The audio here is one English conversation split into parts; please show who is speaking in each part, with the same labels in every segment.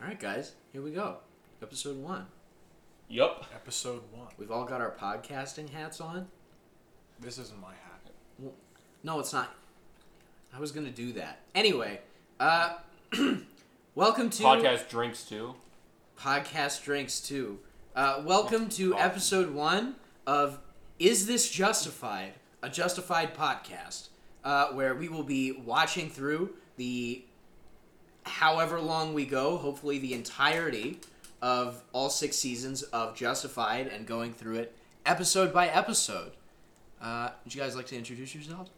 Speaker 1: All right, guys, here we go. Episode one.
Speaker 2: Yup.
Speaker 3: Episode one.
Speaker 1: We've all got our podcasting hats on.
Speaker 3: This isn't my hat.
Speaker 1: No, it's not. I was gonna do that anyway. Uh, welcome to
Speaker 2: Podcast drinks too.
Speaker 1: Podcast drinks too. Uh, welcome to
Speaker 2: God.
Speaker 1: episode one of Is This Justified? A Justified podcast, uh, where we will be watching through the however long we go, hopefully the entirety of all six seasons of Justified and going through it episode by episode. Uh, would you guys like to introduce yourselves?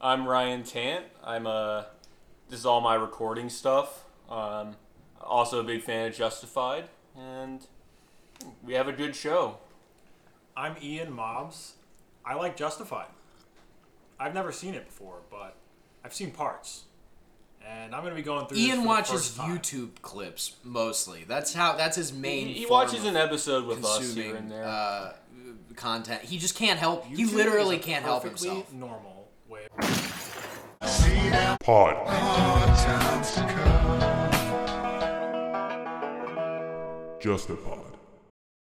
Speaker 2: I'm Ryan Tant. I'm a. This is all my recording stuff. Um, also a big fan of Justified, and we have a good show.
Speaker 3: I'm Ian Mobbs. I like Justified. I've never seen it before, but I've seen parts. And I'm going to be going through this for
Speaker 1: Ian
Speaker 3: the
Speaker 1: watches
Speaker 3: first time.
Speaker 1: YouTube clips mostly. That's how. That's his main.
Speaker 2: He, he
Speaker 1: form
Speaker 2: watches
Speaker 1: of-
Speaker 2: an episode with us
Speaker 1: consuming
Speaker 2: here and there.
Speaker 1: Uh, content. He just can't help. he
Speaker 3: YouTube
Speaker 1: literally
Speaker 3: is a
Speaker 1: can't help
Speaker 3: perfectly
Speaker 1: himself.
Speaker 3: Normal way. of-
Speaker 4: Pod. Just a pod.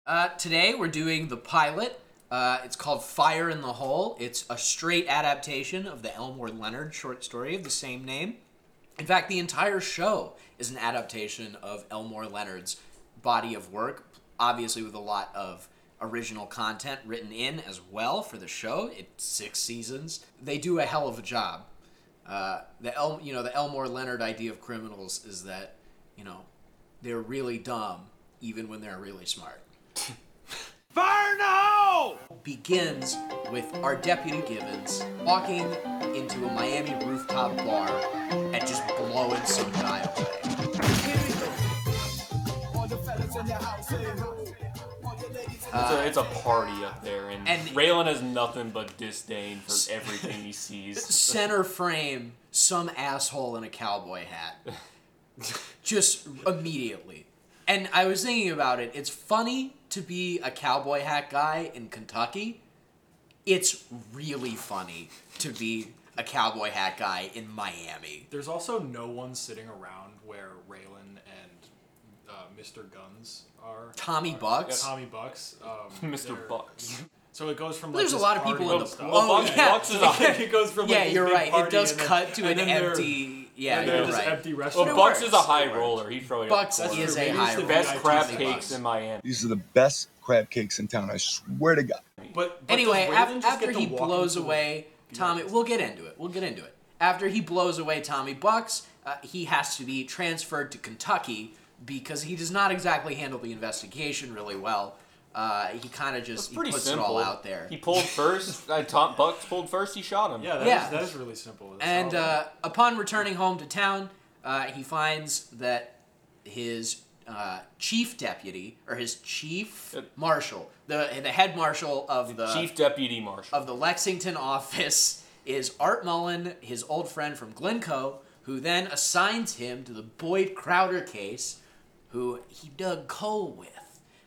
Speaker 1: Uh, today we're doing the pilot. Uh, it's called Fire in the Hole. It's a straight adaptation of the Elmore Leonard short story of the same name. In fact, the entire show is an adaptation of Elmore Leonard's body of work, obviously with a lot of original content written in as well for the show. It's six seasons. They do a hell of a job. Uh, the El, you know, the Elmore Leonard idea of criminals is that, you know, they're really dumb even when they're really smart. Begins with our deputy Givens walking into a Miami rooftop bar and just blowing some guy away.
Speaker 2: it's, a, it's a party up there, and,
Speaker 1: and-
Speaker 2: Raylan has nothing but disdain for everything he sees.
Speaker 1: Center frame, some asshole in a cowboy hat. just immediately. And I was thinking about it. It's funny to be a cowboy hat guy in Kentucky. It's really funny to be a cowboy hat guy in Miami.
Speaker 3: There's also no one sitting around where Raylan and uh, Mr. Guns are.
Speaker 1: Tommy Bucks.
Speaker 3: Tommy Bucks. Um,
Speaker 2: Mr.
Speaker 3: they're-
Speaker 2: Bucks.
Speaker 3: So it goes from like,
Speaker 1: There's a
Speaker 3: this
Speaker 1: lot of
Speaker 3: party
Speaker 1: people in
Speaker 3: and
Speaker 1: the
Speaker 3: stuff.
Speaker 1: Oh,
Speaker 2: Well, Bucks,
Speaker 1: yeah.
Speaker 2: Bucks is a,
Speaker 3: it goes from like,
Speaker 1: yeah,
Speaker 3: this
Speaker 1: you're
Speaker 3: big
Speaker 1: right. It
Speaker 3: party
Speaker 1: does
Speaker 3: and then-
Speaker 1: cut to
Speaker 3: and
Speaker 1: an
Speaker 3: then they're-
Speaker 1: empty. Yeah,
Speaker 3: and
Speaker 1: you're
Speaker 3: they're this
Speaker 1: right.
Speaker 3: empty restaurant.
Speaker 2: well,
Speaker 1: it
Speaker 2: Bucks is
Speaker 1: works.
Speaker 2: a high roller. He throw it
Speaker 1: Bucks
Speaker 2: up.
Speaker 3: That's
Speaker 1: is
Speaker 3: true.
Speaker 1: a
Speaker 3: Maybe
Speaker 1: high
Speaker 3: it's the
Speaker 1: roller.
Speaker 2: best
Speaker 3: guy
Speaker 2: crab
Speaker 3: Tommy
Speaker 2: cakes
Speaker 3: Bucks.
Speaker 2: in Miami.
Speaker 5: These are the best crab cakes in town. I swear to God.
Speaker 3: But, but
Speaker 1: Anyway,
Speaker 3: does Raylan
Speaker 1: af-
Speaker 3: just
Speaker 1: after
Speaker 3: get to
Speaker 1: he
Speaker 3: walk
Speaker 1: blows
Speaker 3: into-
Speaker 1: away Tommy, we'll get into it. We'll get into it. After he blows away Tommy Bucks, uh, he has to be transferred to Kentucky because he does not exactly handle the investigation really well. Uh, he kind of just
Speaker 2: It's
Speaker 1: he
Speaker 2: pretty
Speaker 1: puts
Speaker 2: simple.
Speaker 1: it all out there.
Speaker 2: He pulled first. uh, Tom Bucks pulled first. He shot him.
Speaker 3: Yeah, that is
Speaker 1: Yeah.
Speaker 3: that is really simple. That's
Speaker 1: And
Speaker 3: how-
Speaker 1: uh, upon returning home to town, uh, he finds that his uh, chief deputy or his chief
Speaker 2: Uh,
Speaker 1: marshal, the the head marshal of the
Speaker 2: Chief Deputy Marshal.
Speaker 1: of the Lexington office, is Art Mullen, his old friend from Glencoe, who then assigns him to the Boyd Crowder case, who he dug coal with.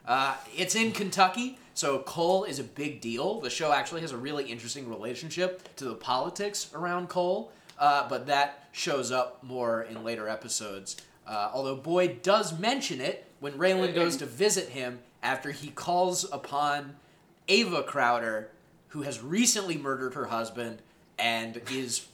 Speaker 1: Uh, it's in Kentucky, so coal is a big deal. The show actually has a really interesting relationship to the politics around coal, uh, but that shows up more in later episodes. Uh, although Boyd does mention it when Raylan goes to visit him after he calls upon Ava Crowder, who has recently murdered her husband and is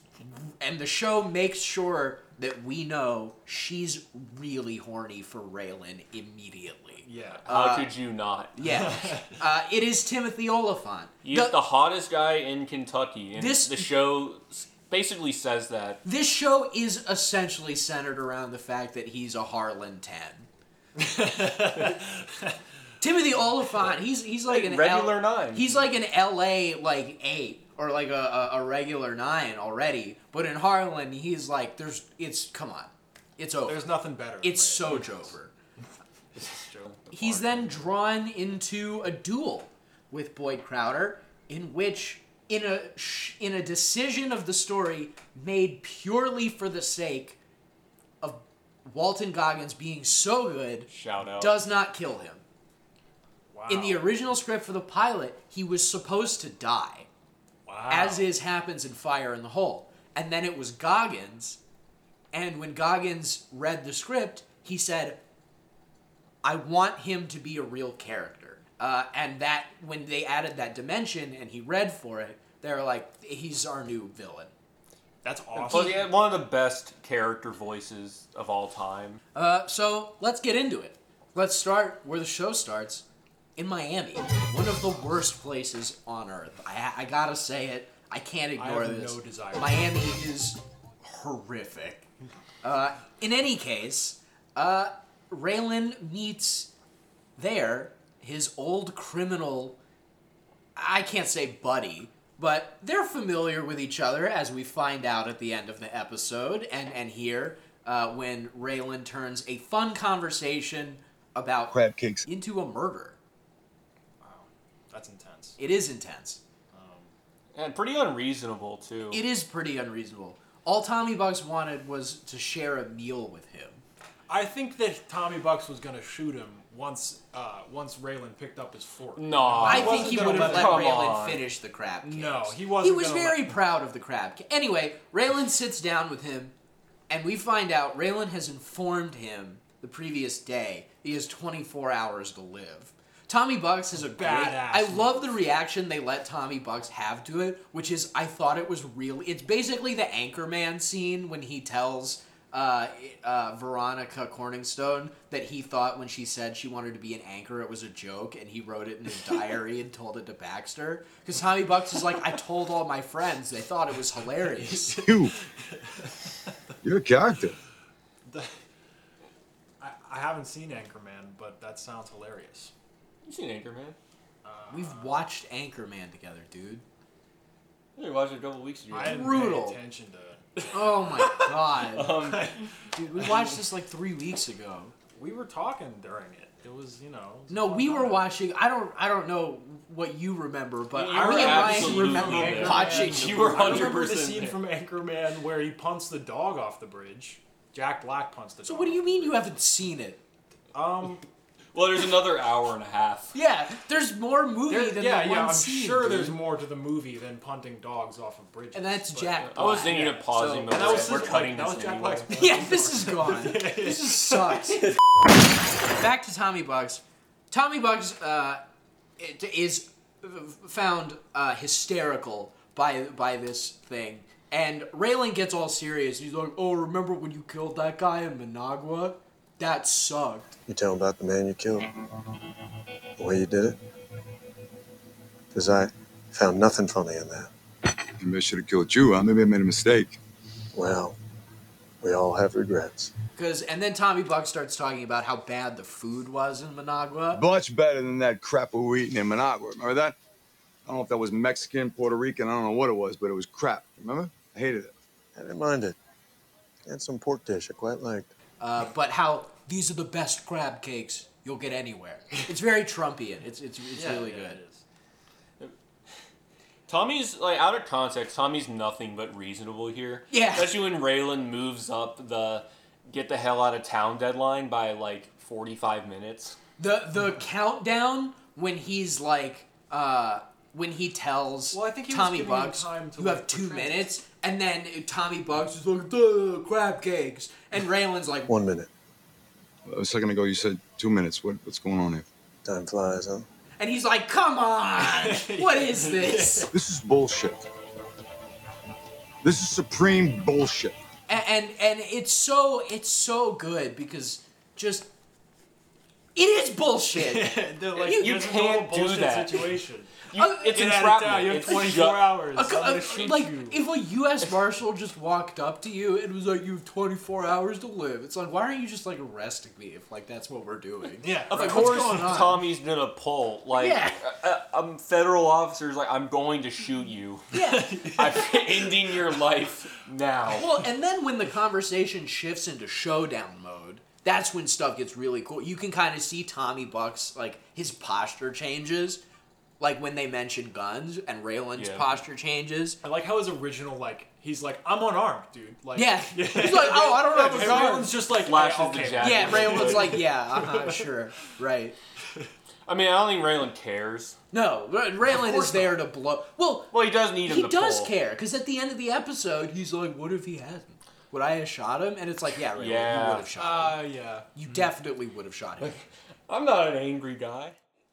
Speaker 1: and the show makes sure that we know she's really horny for Raylan immediately.
Speaker 3: yeah, Uh,
Speaker 2: How could you not?
Speaker 1: uh, Yeah. uh, it is Timothy Oliphant.
Speaker 2: He's
Speaker 1: The-
Speaker 2: the, hottest guy in Kentucky, and
Speaker 1: This-
Speaker 2: the show s- basically says that.
Speaker 1: this show is essentially centered around the fact that he's a Harlan 10. Timothy Oliphant, he's he's like an
Speaker 2: Regular
Speaker 1: L-
Speaker 2: nine.
Speaker 1: He's like an LA like eight or like a, a, a regular nine already. But in Harlan, he's like there's it's come on, it's over.
Speaker 3: there's nothing better. than
Speaker 1: It's
Speaker 3: Raylan.
Speaker 1: so Joker.
Speaker 3: Joe.
Speaker 1: He's then drawn into a duel with Boyd Crowder, in which, in a sh- in a decision of the story made purely for the sake of Walton Goggins being so good,
Speaker 2: Shout out.
Speaker 1: does not kill him.
Speaker 3: wow.
Speaker 1: In the original script for the pilot, he was supposed to die,
Speaker 3: wow.
Speaker 1: as is happens in Fire in the Hole, and then it was Goggins, and when Goggins read the script, he said, I want him to be a real character. Uh, and that, when they added that dimension and he read for it, they were like, he's our new villain.
Speaker 3: That's
Speaker 1: Oh,
Speaker 2: Well,
Speaker 3: awesome.
Speaker 2: he had Oh, one of the best character voices of all time.
Speaker 1: Uh, so let's get into it. Let's start where the show starts in Miami, one of the worst places on earth. I, I gotta say it. I can't ignore
Speaker 3: have
Speaker 1: this.
Speaker 3: no desire.
Speaker 1: Miami is horrific. Uh, in any case, uh, Raylan meets there his old criminal. I can't say buddy, but they're familiar with each other, as we find out at the end of the episode, and and here uh, when Raylan turns a fun conversation about
Speaker 5: Crab cakes.
Speaker 1: into a murder.
Speaker 3: That's intense.
Speaker 1: It is intense.
Speaker 2: And pretty unreasonable, too.
Speaker 1: It is pretty unreasonable. All Tommy Bugs wanted was to share a meal with him.
Speaker 3: I think that Tommy Bucks was gonna shoot him once uh, once Raylan picked up his fork.
Speaker 2: No.
Speaker 1: I
Speaker 2: He
Speaker 1: think he would
Speaker 2: gonna
Speaker 1: have
Speaker 2: let-
Speaker 1: let
Speaker 2: come
Speaker 1: Raylan
Speaker 2: on.
Speaker 1: finish the crab cakes.
Speaker 3: No, he wasn't
Speaker 1: He was
Speaker 3: gonna
Speaker 1: very
Speaker 3: let-
Speaker 1: proud of the crab cake. Anyway, Raylan sits down with him, and we find out Raylan has informed him the previous day he has 24 hours to live. Tommy Bucks is a great.
Speaker 3: Badass
Speaker 1: I love the reaction they let Tommy Bucks have to it, which is I thought it was real. It's basically the Anchorman scene when he tells uh, uh, Veronica Corningstone that he thought when she said she wanted to be an anchor, it was a joke, and he wrote it in his diary and told it to Baxter. Because Tommy Bucks is like, I told all my friends, they thought it was hilarious.
Speaker 5: You. You're a character.
Speaker 3: I, I haven't seen Anchorman, but that sounds hilarious.
Speaker 2: You've seen Anchorman.
Speaker 1: We've watched Anchorman together, dude.
Speaker 2: You watched it a couple weeks ago.
Speaker 3: I didn't
Speaker 1: Brutal.
Speaker 3: pay attention to.
Speaker 1: Oh my god,
Speaker 2: Um,
Speaker 1: dude, we watched this like three weeks ago.
Speaker 3: We were talking during it. It was you know. it was
Speaker 1: No,
Speaker 3: fun
Speaker 1: we were
Speaker 3: time.
Speaker 1: watching. I don't. I don't know what you remember, but
Speaker 2: You
Speaker 1: I
Speaker 2: were
Speaker 1: me and Ryan
Speaker 2: absolutely
Speaker 1: remember
Speaker 2: there.
Speaker 1: watching.
Speaker 2: You were
Speaker 3: I remember the
Speaker 2: 100%
Speaker 3: scene
Speaker 2: there.
Speaker 3: from Anchorman where he punts the dog off the bridge. Jack Black punts the
Speaker 1: So
Speaker 3: dog.
Speaker 1: what do you mean you haven't seen it?
Speaker 3: Um,
Speaker 2: well, there's another hour and a half.
Speaker 1: Yeah, there's more movie
Speaker 3: there-
Speaker 1: than
Speaker 3: yeah,
Speaker 1: the one
Speaker 3: yeah. I'm
Speaker 1: scene,
Speaker 3: sure
Speaker 1: dude.
Speaker 3: there's more to the movie than punting dogs off of bridges.
Speaker 1: And that's
Speaker 3: but-
Speaker 1: Jack.
Speaker 2: uh, I was
Speaker 1: Black.
Speaker 2: thinking
Speaker 3: Yeah,
Speaker 2: of pausing,
Speaker 1: so-
Speaker 2: but
Speaker 3: And that was
Speaker 2: we're
Speaker 3: his-
Speaker 2: cutting
Speaker 3: that was
Speaker 2: this
Speaker 3: Jack
Speaker 2: anyway.
Speaker 3: Black's plan.
Speaker 1: Yeah, this is gone. this just sucks. Back to Tommy Bugs. Tommy Bugs uh, it- is found uh, hysterical by by this thing, and Raylan gets all serious. He's like, "Oh, remember when you killed that guy in Managua? That sucked."
Speaker 6: You tell 'em about the man you killed, the way you did it. Because I found nothing funny in that.
Speaker 5: Maybe I should have killed you. Huh? Maybe I made a mistake.
Speaker 6: Well, we all have regrets.
Speaker 1: Because and then Tommy Bugs starts talking about how bad the food was in Managua.
Speaker 5: Much better than that crap we were eating in Managua. Remember that? I don't know if that was Mexican, Puerto Rican. I don't know what it was, but it was crap. Remember? I hated it.
Speaker 6: I didn't mind it. I had some pork dish I quite liked.
Speaker 1: Uh, but how these are the best crab cakes you'll get anywhere. It's very Trumpian. It's it's, it's
Speaker 3: Yeah,
Speaker 1: really
Speaker 3: yeah,
Speaker 1: good.
Speaker 3: it is.
Speaker 2: Tommy's like out of context. Tommy's nothing but reasonable here.
Speaker 1: Yeah.
Speaker 2: Especially when Raylan moves up the get the hell out of town deadline by like forty five minutes.
Speaker 1: The the countdown when he's like uh when he tells
Speaker 3: Well, I think he was
Speaker 1: Tommy
Speaker 3: giving him
Speaker 1: Bugs
Speaker 3: time to,
Speaker 1: you have
Speaker 3: like,
Speaker 1: two
Speaker 3: retreat.
Speaker 1: minutes and then Tommy Bugs is like Duh, crab cakes and Raylan's like
Speaker 6: One minute.
Speaker 5: A second ago, you said two minutes. What, what's going on here?
Speaker 6: Time flies, huh?
Speaker 1: and he's like come on what is this
Speaker 5: This is bullshit. This is supreme bullshit.
Speaker 1: and, and and it's so it's so good because just it is bullshit
Speaker 3: They're like,
Speaker 1: You-
Speaker 2: you
Speaker 3: this is
Speaker 2: can't
Speaker 3: all
Speaker 2: do
Speaker 3: bullshit
Speaker 2: that.
Speaker 3: Situation.
Speaker 2: You,
Speaker 1: Uh,
Speaker 2: it's
Speaker 3: Get Oh, out of town,
Speaker 2: entrapment.
Speaker 3: You have
Speaker 2: It's
Speaker 3: 24
Speaker 2: ju-
Speaker 3: hours.
Speaker 1: A
Speaker 3: I'm
Speaker 1: co-
Speaker 3: gonna
Speaker 1: a-
Speaker 3: shoot
Speaker 1: like
Speaker 3: you.
Speaker 1: if a U.S. marshal just walked up to you and was like, "You have 24 hours to live," it's like, why aren't you just like arresting me if like that's what we're doing?
Speaker 3: yeah,
Speaker 2: Of
Speaker 3: right.
Speaker 2: course,
Speaker 1: going on?
Speaker 2: Tommy's gonna pull. Like,
Speaker 1: Yeah.
Speaker 2: uh, uh, um, federal officers, like, I'm going to shoot you.
Speaker 1: Yeah.
Speaker 2: I'm ending your life now.
Speaker 1: Well, and then when the conversation shifts into showdown mode, that's when stuff gets really cool. You can kind of see Tommy Buck's like his posture changes, like when they mention guns and Raylan's
Speaker 2: Yeah.
Speaker 1: posture changes.
Speaker 3: I like how his original like he's like I'm unarmed, dude. Like
Speaker 1: Yeah. He's like, "Oh, I don't have a
Speaker 3: And
Speaker 1: gun."
Speaker 3: Raylan's just like
Speaker 2: Flashes
Speaker 3: yeah,
Speaker 2: the
Speaker 3: okay.
Speaker 2: jacket.
Speaker 1: Yeah, Raylan's like, yeah, uh-huh, sure, right.
Speaker 2: I mean, I don't think Raylan cares.
Speaker 1: No, Ra- Raylan
Speaker 3: course
Speaker 1: is there to blow. Well,
Speaker 2: Well, he does need him
Speaker 1: he
Speaker 2: to
Speaker 1: does
Speaker 2: pull.
Speaker 1: care because at the end of the episode, he's like, "What if he hasn't?" would I have shot him? And it's like, yeah, Ray, you
Speaker 2: Yeah. mm.
Speaker 1: would have shot him.
Speaker 3: Uh, yeah.
Speaker 1: You definitely would have shot him.
Speaker 2: I'm not an angry guy.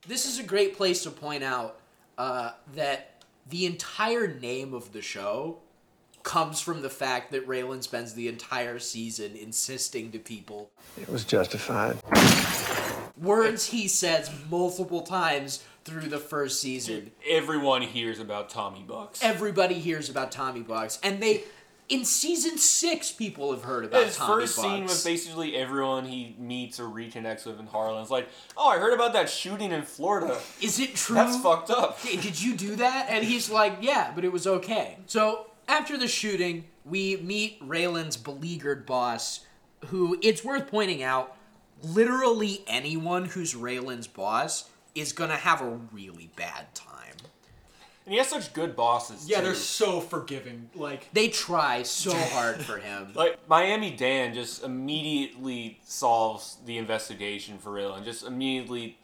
Speaker 1: This is a great place to point out uh, that the entire name of the show comes from the fact that Raylan spends the entire season insisting to people
Speaker 6: It was justified.
Speaker 1: words he says multiple times through the first season.
Speaker 2: Everyone hears about Tommy Bucks.
Speaker 1: Everybody hears about Tommy Bucks, and they in season six people have heard about
Speaker 2: His
Speaker 1: Tommy
Speaker 2: first
Speaker 1: Bucks.
Speaker 2: scene with basically everyone he meets or reconnects with in Harlan. It's like, oh, I heard about that shooting in Florida.
Speaker 1: Is it true?
Speaker 2: That's fucked up.
Speaker 1: Hey, did you do that? And he's like, yeah, but it was okay. So after the shooting, we meet Raylan's beleaguered boss, who it's worth pointing out, literally anyone who's Raylan's boss is gonna have a really bad time.
Speaker 2: And he has such good bosses.
Speaker 3: Yeah,
Speaker 2: too.
Speaker 3: they're so forgiving. Like,
Speaker 1: They try so hard for him.
Speaker 2: Like Miami Dan just immediately solves the investigation for real and just immediately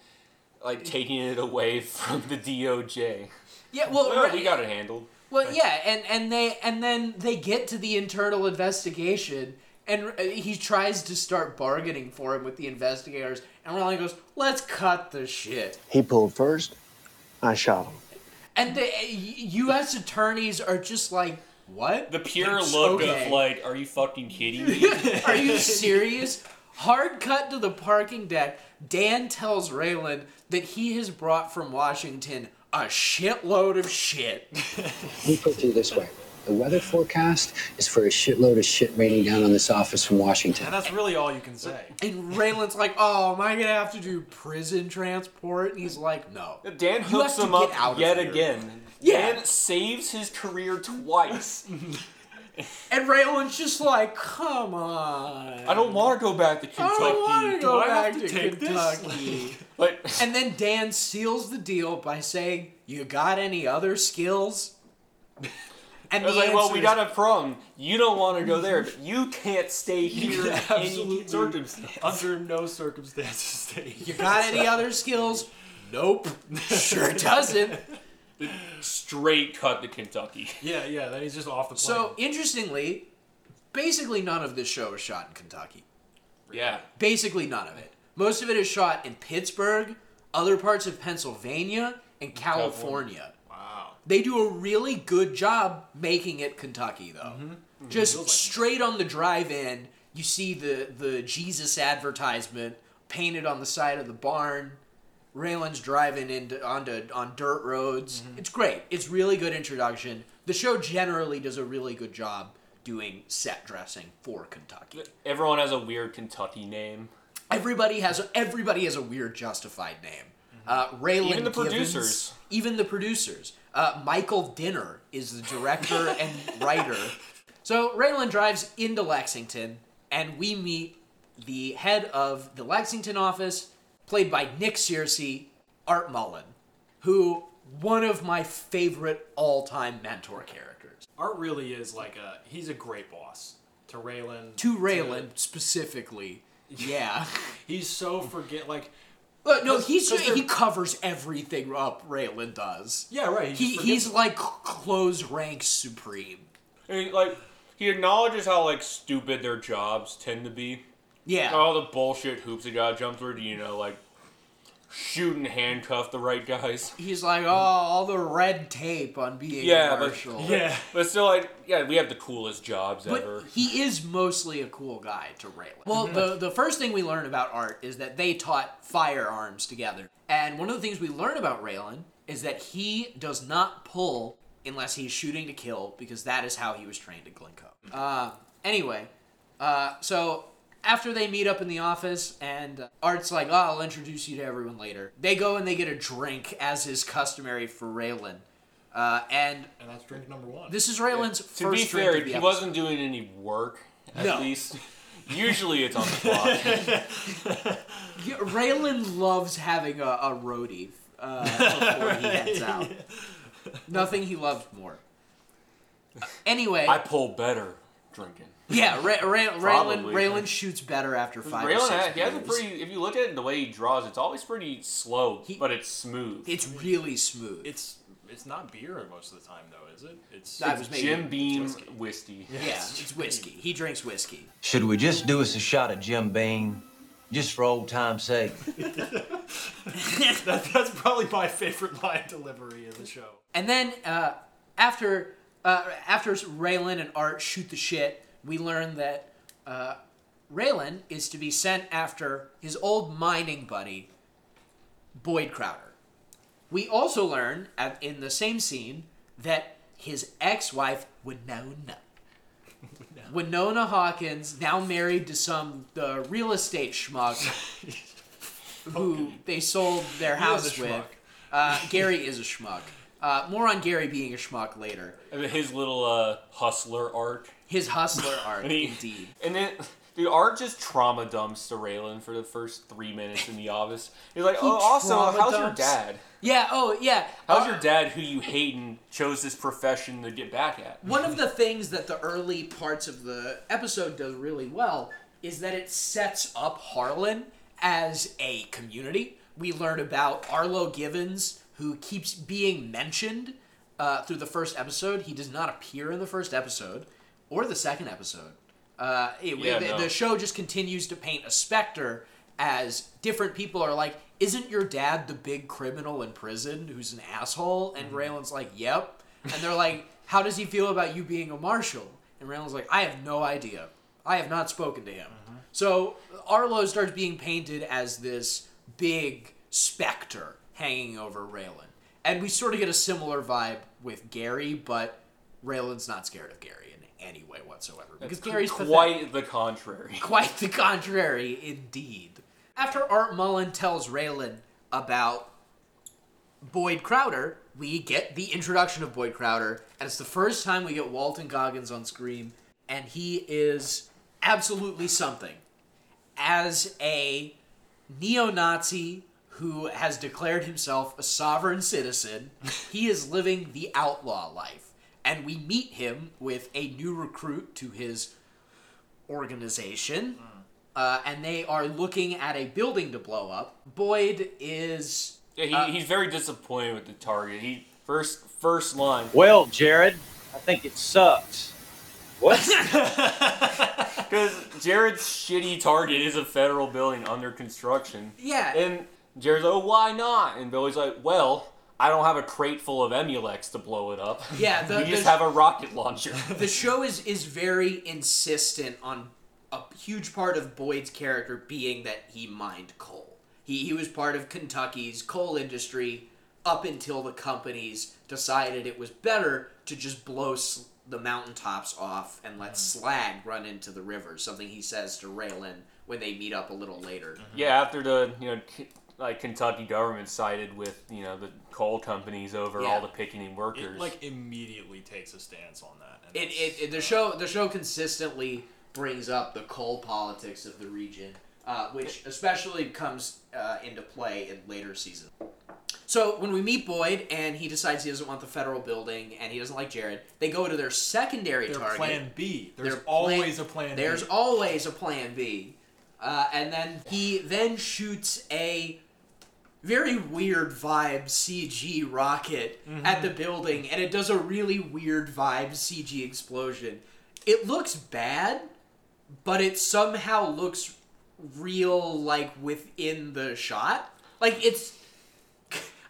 Speaker 2: like taking it away from the DOJ.
Speaker 1: Yeah, well,
Speaker 2: Well,
Speaker 1: Ra-
Speaker 2: we got it handled.
Speaker 1: Well, yeah, and and they and then they get to the internal investigation, and uh, he tries to start bargaining for him with the investigators, and Riley goes, "Let's cut the shit."
Speaker 6: He pulled first. I shot him.
Speaker 1: And the uh, U- U.S. attorneys are just like, "What?
Speaker 2: The pure
Speaker 1: It's
Speaker 2: look
Speaker 1: okay.
Speaker 2: of like, are you fucking kidding me?
Speaker 1: Are you serious?" Hard cut to the parking deck. Dan tells Raylan that he has brought from Washington a shitload of shit.
Speaker 7: He put it this way. The weather forecast is for a shitload of shit raining down on this office from Washington.
Speaker 3: and that's really all you can say.
Speaker 1: And Raylan's like, "Oh, am I gonna have to do prison transport?" And he's like, "No." You
Speaker 2: Dan hooks
Speaker 1: have to
Speaker 2: him
Speaker 1: get
Speaker 2: up
Speaker 1: out of
Speaker 2: yet
Speaker 1: here.
Speaker 2: again.
Speaker 1: Yeah.
Speaker 2: Dan saves his career twice.
Speaker 1: And Raylan's just like, "Come on."
Speaker 2: I don't want to go back to Kentucky.
Speaker 1: want to go
Speaker 3: I
Speaker 1: back
Speaker 3: have
Speaker 1: to,
Speaker 3: to take this?
Speaker 1: Kentucky.
Speaker 2: Like,
Speaker 1: and then Dan seals the deal by saying, "You got any other skills?" And
Speaker 2: I was
Speaker 1: the
Speaker 2: like, well,
Speaker 1: answer
Speaker 2: we
Speaker 1: is,
Speaker 2: got a problem. You don't want to go there, but you can't stay here. in any
Speaker 3: Absolutely.
Speaker 2: circumstance.
Speaker 3: Under no circumstances did he.
Speaker 1: you got any other skills? Nope, sure doesn't.
Speaker 2: Straight cut to Kentucky.
Speaker 3: Yeah, yeah. Then he's just off the plane.
Speaker 1: So interestingly, basically none of this show is shot in Kentucky.
Speaker 2: Yeah.
Speaker 1: Basically none of it. Most of it is shot in Pittsburgh, other parts of Pennsylvania, and California.
Speaker 3: wow.
Speaker 1: They do a really good job making it Kentucky though. Just straight on the drive-in, you see the the Jesus advertisement painted on the side of the barn. Raylan's driving into onto on dirt roads. It's great. It's really good introduction. The show generally does a really good job doing set dressing for Kentucky.
Speaker 2: Everyone has a weird Kentucky name.
Speaker 1: Everybody has everybody has a weird justified name. Uh, Raylan
Speaker 2: Even the
Speaker 1: Givens,
Speaker 2: producers.
Speaker 1: even the producers. Uh, Michael Dinner is the director and writer. So Raylan drives into Lexington, and we meet the head of the Lexington office, played by Nick Searcy, Art Mullen, who one of my favorite all-time mentor characters.
Speaker 3: Art really is like a. He's a great boss to Raylan.
Speaker 1: To Raylan specifically, yeah.
Speaker 3: He's so forget like.
Speaker 1: But no,
Speaker 3: 'Cause-
Speaker 1: he's
Speaker 3: 'cause they're-
Speaker 1: he covers everything up. Raylan does.
Speaker 3: Yeah, right. He's,
Speaker 1: He
Speaker 3: just
Speaker 1: he's
Speaker 3: forgetful.
Speaker 1: like cl- close ranks supreme.
Speaker 2: I mean, like, he acknowledges how, like, stupid their jobs tend to be.
Speaker 1: Yeah.
Speaker 2: All the bullshit hoops a guy jumps through to, you know, like, shoot and handcuff the right guys.
Speaker 1: He's like, oh, all the red tape on being
Speaker 2: Yeah, but-
Speaker 1: commercial.
Speaker 3: yeah.
Speaker 2: But still, like, yeah, we have the coolest jobs ever.
Speaker 1: But he is mostly a cool guy to Raylan. Well, the, the first thing we learn about Art is that they taught firearms together. And one of the things we learn about Raylan is that he does not pull unless he's shooting to kill, because that is how he was trained at Glencoe. Uh, anyway, uh, so after they meet up in the office, and Art's like, oh, I'll introduce you to everyone later, they go and they get a drink, as is customary for Raylan. Uh, and
Speaker 3: And that's drink number one.
Speaker 1: this is Raylan's first
Speaker 2: to be
Speaker 1: drink
Speaker 2: fair,
Speaker 1: of
Speaker 2: he
Speaker 1: the episode.
Speaker 2: wasn't doing any work, at
Speaker 1: No.
Speaker 2: least. Usually it's on the clock.
Speaker 1: Yeah, Raylan loves having a, a roadie uh, before he heads out. Nothing he loves more. Uh, Anyway,
Speaker 2: I pull better drinking.
Speaker 1: yeah, Ra- Ra- Raylan
Speaker 2: Probably.
Speaker 1: Raylan shoots better after five. or
Speaker 2: Raylan, uh,
Speaker 1: six
Speaker 2: he has a
Speaker 1: beers.
Speaker 2: pretty. If you look at it, the way he draws, it's always pretty slow,
Speaker 1: He-
Speaker 2: but it's smooth.
Speaker 1: It's really smooth.
Speaker 3: it's It's not beer most of the time, though, is it? It's
Speaker 1: That was maybe-
Speaker 2: Jim Beam
Speaker 3: Whiskey.
Speaker 2: whiskey.
Speaker 1: Yeah, it's whiskey. He drinks whiskey.
Speaker 8: Should we just do us a shot of Jim Beam? Just for old time's sake.
Speaker 3: that, that's probably my favorite line delivery of the show.
Speaker 1: And then uh, after uh, after Raylan and Art shoot the shit, we learn that uh, Raylan is to be sent after his old mining buddy, Boyd Crowder. We also learn at, in the same scene that his ex-wife Winona. Winona Hawkins, now married to some uh, real estate schmuck who they sold their
Speaker 3: was a
Speaker 1: house with.
Speaker 3: schmuck.
Speaker 1: Uh, Gary is a schmuck. Uh, more on Gary being a schmuck later.
Speaker 2: I mean, his little uh, hustler arc.
Speaker 1: His hustler arc,
Speaker 2: And he-
Speaker 1: indeed.
Speaker 2: And then, dude, Art just trauma dumps to Raylan for the first three minutes in the office. He's like, oh, also,
Speaker 1: trauma
Speaker 2: how's
Speaker 1: dumps?
Speaker 2: your dad?
Speaker 1: Yeah. Oh, yeah.
Speaker 2: How's your dad, who you hate and chose this profession to get back at?
Speaker 1: One of the things that the early parts of the episode does really well is that it sets up Harlan as a community. We learn about Arlo Givens, who keeps being mentioned uh, through the first episode. He does not appear in the first episode or the second episode. Uh, it,
Speaker 2: Yeah,
Speaker 1: the,
Speaker 2: no.
Speaker 1: the show just continues to paint a specter as different people are like, "Isn't your dad the big criminal in prison who's an asshole?"
Speaker 2: Mm-hmm.
Speaker 1: And Raylan's like, "Yep." And they're like, "How does he feel about you being a marshal?" And Raylan's like, "I have no idea. I have not spoken to him."
Speaker 2: Mm-hmm.
Speaker 1: So Arlo starts being painted as this big specter hanging over Raylan, and we sort of get a similar vibe with Gary, but Raylan's not scared of Gary in any way whatsoever because Gary's pathetic.
Speaker 2: Quite the contrary.
Speaker 1: Quite the contrary, indeed. After Art Mullen tells Raylan about Boyd Crowder, we get the introduction of Boyd Crowder, and it's the first time we get Walton Goggins on screen, and he is absolutely something. As a neo Nazi who has declared himself a sovereign citizen, he is living the outlaw life. And we meet him with a new recruit to his organization, uh, and they are looking at a building to blow up. Boyd is
Speaker 2: Yeah, he, he's very disappointed with the target. He first first line.
Speaker 9: Well, Jared, I think it sucks. What?
Speaker 2: Because Jared's shitty target is a federal building under construction.
Speaker 1: Yeah.
Speaker 2: And Jared's like, oh, why not? And Billy's like, well, I don't have a crate full of Emulex to blow it up.
Speaker 1: Yeah, the-
Speaker 2: we just
Speaker 1: the-
Speaker 2: have a rocket launcher.
Speaker 1: the show is is very insistent on a huge part of Boyd's character being that he mined coal. He he was part of Kentucky's coal industry up until the companies decided it was better to just blow s the mountaintops off and let slag run into the river. Something he says to Raylan when they meet up a little later.
Speaker 2: yeah, after the you know K- like Kentucky government sided with you know the coal companies over
Speaker 1: Yeah.
Speaker 2: all the picketing
Speaker 3: It
Speaker 2: workers.
Speaker 3: like immediately takes a stance on that. and
Speaker 1: it,
Speaker 3: it's-
Speaker 1: it, it the show the show consistently brings up the coal politics of the region, uh, which especially comes uh, into play in later seasons. So when we meet Boyd and he decides he doesn't want the federal building and he doesn't like Jared, they go to their secondary
Speaker 3: their
Speaker 1: target.
Speaker 3: plan B. There's
Speaker 1: Their plan-
Speaker 3: always a plan
Speaker 1: There's
Speaker 3: B.
Speaker 1: always a plan B. Uh, and then he then shoots a very weird vibe CG rocket
Speaker 3: Mm-hmm.
Speaker 1: at the building, and it does a really weird vibe CG explosion. It looks bad, but it somehow looks real, like within the shot. Like it's,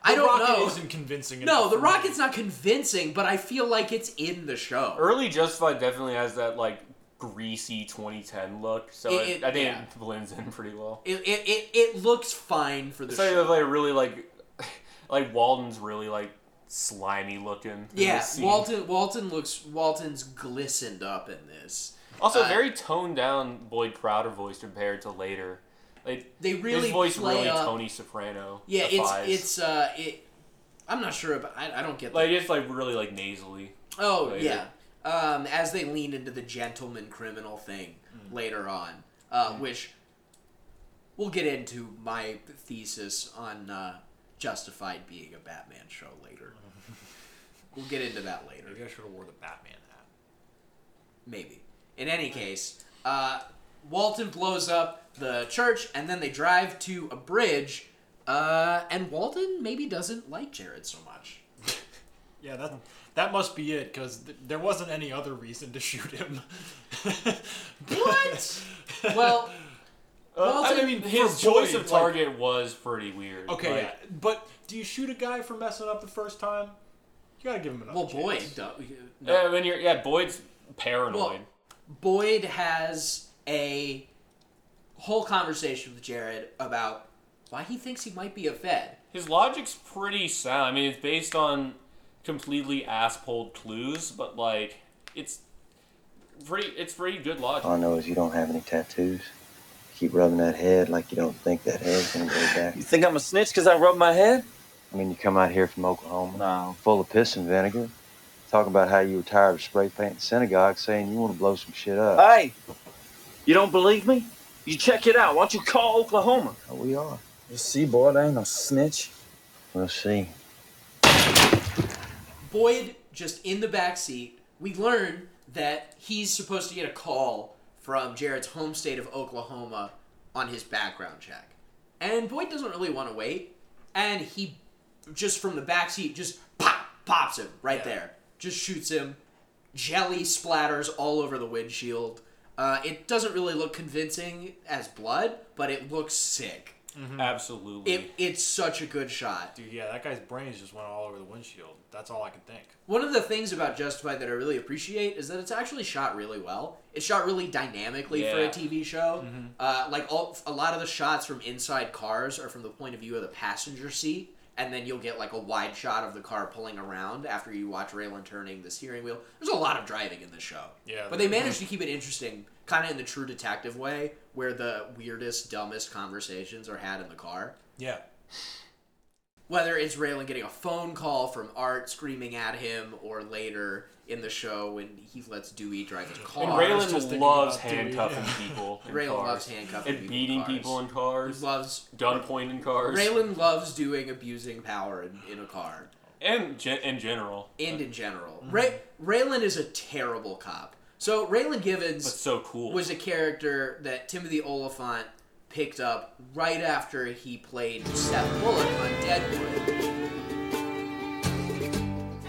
Speaker 1: I
Speaker 3: The
Speaker 1: don't
Speaker 3: rocket
Speaker 1: know.
Speaker 3: isn't convincing
Speaker 1: no,
Speaker 3: enough
Speaker 1: the
Speaker 3: for me.
Speaker 1: rocket's not convincing, but I feel like it's in the show.
Speaker 2: Early Justified definitely has that like greasy 2010 look, so
Speaker 1: It-
Speaker 2: it,
Speaker 1: it-
Speaker 2: I think
Speaker 1: yeah.
Speaker 2: it blends in pretty well.
Speaker 1: It, it, it, it looks fine for the
Speaker 2: It's like,
Speaker 1: show.
Speaker 2: like really like like Walden's really like slimy looking. in
Speaker 1: Yeah,
Speaker 2: this scene.
Speaker 1: Walton Walton looks Walton's glistened up in this.
Speaker 2: Also, very toned down Boyd Crowder voice compared to later. Like
Speaker 1: They really
Speaker 2: his voice
Speaker 1: play
Speaker 2: really
Speaker 1: up-
Speaker 2: Tony Soprano.
Speaker 1: Yeah,
Speaker 2: defies.
Speaker 1: it's it's uh it I'm not sure about I, I don't get
Speaker 2: like
Speaker 1: that.
Speaker 2: it's like really like nasally.
Speaker 1: Oh
Speaker 2: later.
Speaker 1: yeah. Um as they lean into the gentleman criminal thing
Speaker 2: Mm.
Speaker 1: later on, uh which we'll get into my thesis on uh Justified being a Batman show later. we'll get into that later.
Speaker 3: Maybe I should have wore the Batman hat.
Speaker 1: Maybe. In any case, uh, Walton blows up the church, and then they drive to a bridge. Uh, and Walton maybe doesn't like Jared so much.
Speaker 3: Yeah, that that must be it because th- there wasn't any other reason to shoot him.
Speaker 1: What? well,
Speaker 2: Uh,
Speaker 3: I
Speaker 2: I mean,
Speaker 3: mean,
Speaker 2: his
Speaker 3: for
Speaker 2: choice
Speaker 3: Boyd,
Speaker 2: of
Speaker 3: like-
Speaker 2: target was pretty weird.
Speaker 3: okay,
Speaker 2: like,
Speaker 3: yeah, but do you shoot a guy for messing up the first time? You gotta give him another.
Speaker 1: well, Boyd.
Speaker 3: chance.
Speaker 1: do-
Speaker 2: Yeah, uh, when you're yeah, Boyd's paranoid.
Speaker 1: Well, Boyd has a whole conversation with Jared about why he thinks he might be a Fed.
Speaker 2: His logic's pretty sound. I mean, it's based on completely asshole clues, but like it's pretty it's pretty good logic.
Speaker 10: All I know is you don't have any tattoos. Keep rubbing that head like you don't think that head's gonna go back.
Speaker 9: You think I'm a snitch because I rubbed my head?
Speaker 10: I mean, you come out here from Oklahoma,
Speaker 9: No.
Speaker 10: full of piss and vinegar, talking about how you were tired of spray painting synagogues, saying you want to blow some shit up.
Speaker 9: Hey, you don't believe me? You check it out. Why don't you call Oklahoma?
Speaker 10: Oh, we are.
Speaker 9: You see, boy, I ain't no snitch.
Speaker 10: We'll see.
Speaker 1: Boyd just in the back seat. We learn that he's supposed to get a call from Jared's home state of Oklahoma on his background check, and Boyd doesn't really want to wait, and he just from the back seat just pop pops him right there, just shoots him. Jelly splatters all over the windshield. Uh, it doesn't really look convincing as blood, but it looks sick.
Speaker 2: Absolutely.
Speaker 1: It, it's such a good shot.
Speaker 3: Dude, yeah, that guy's brains just went all over the windshield. That's all I can think.
Speaker 1: One of the things about Justified that I really appreciate is that it's actually shot really well. It's shot really dynamically for a
Speaker 2: Yeah.
Speaker 1: TV show. Uh, like all, a lot of the shots from inside cars are from the point of view of the passenger seat, and then you'll get like a wide shot of the car pulling around after you watch Raylan turning the steering wheel. There's a lot of driving in this show.
Speaker 3: Yeah.
Speaker 1: but they managed to keep it interesting, kind of in the True Detective way, where the weirdest, dumbest conversations are had in the car
Speaker 3: Yeah.
Speaker 1: whether it's Raylan getting a phone call from Art screaming at him, or later in the show when he lets Dewey drive his car.
Speaker 2: and
Speaker 3: I was
Speaker 2: Raylan
Speaker 3: just thinking
Speaker 2: loves
Speaker 3: about doing-
Speaker 2: handcuffing
Speaker 3: yeah.
Speaker 2: people. in
Speaker 1: Raylan
Speaker 2: cars.
Speaker 1: loves handcuffing
Speaker 2: and
Speaker 1: people in
Speaker 2: beating
Speaker 1: cars.
Speaker 2: people in cars,
Speaker 1: loves
Speaker 2: gunpoint in cars,
Speaker 1: Raylan loves doing abusing power in, in a car
Speaker 2: and gen- in general.
Speaker 1: and in
Speaker 2: Mm-hmm.
Speaker 1: general. Ray, Raylan is a terrible cop. So Raylan Givens
Speaker 2: That's so cool.
Speaker 1: was a character that Timothy Oliphant picked up right after he played Seth Bullock on Deadwood.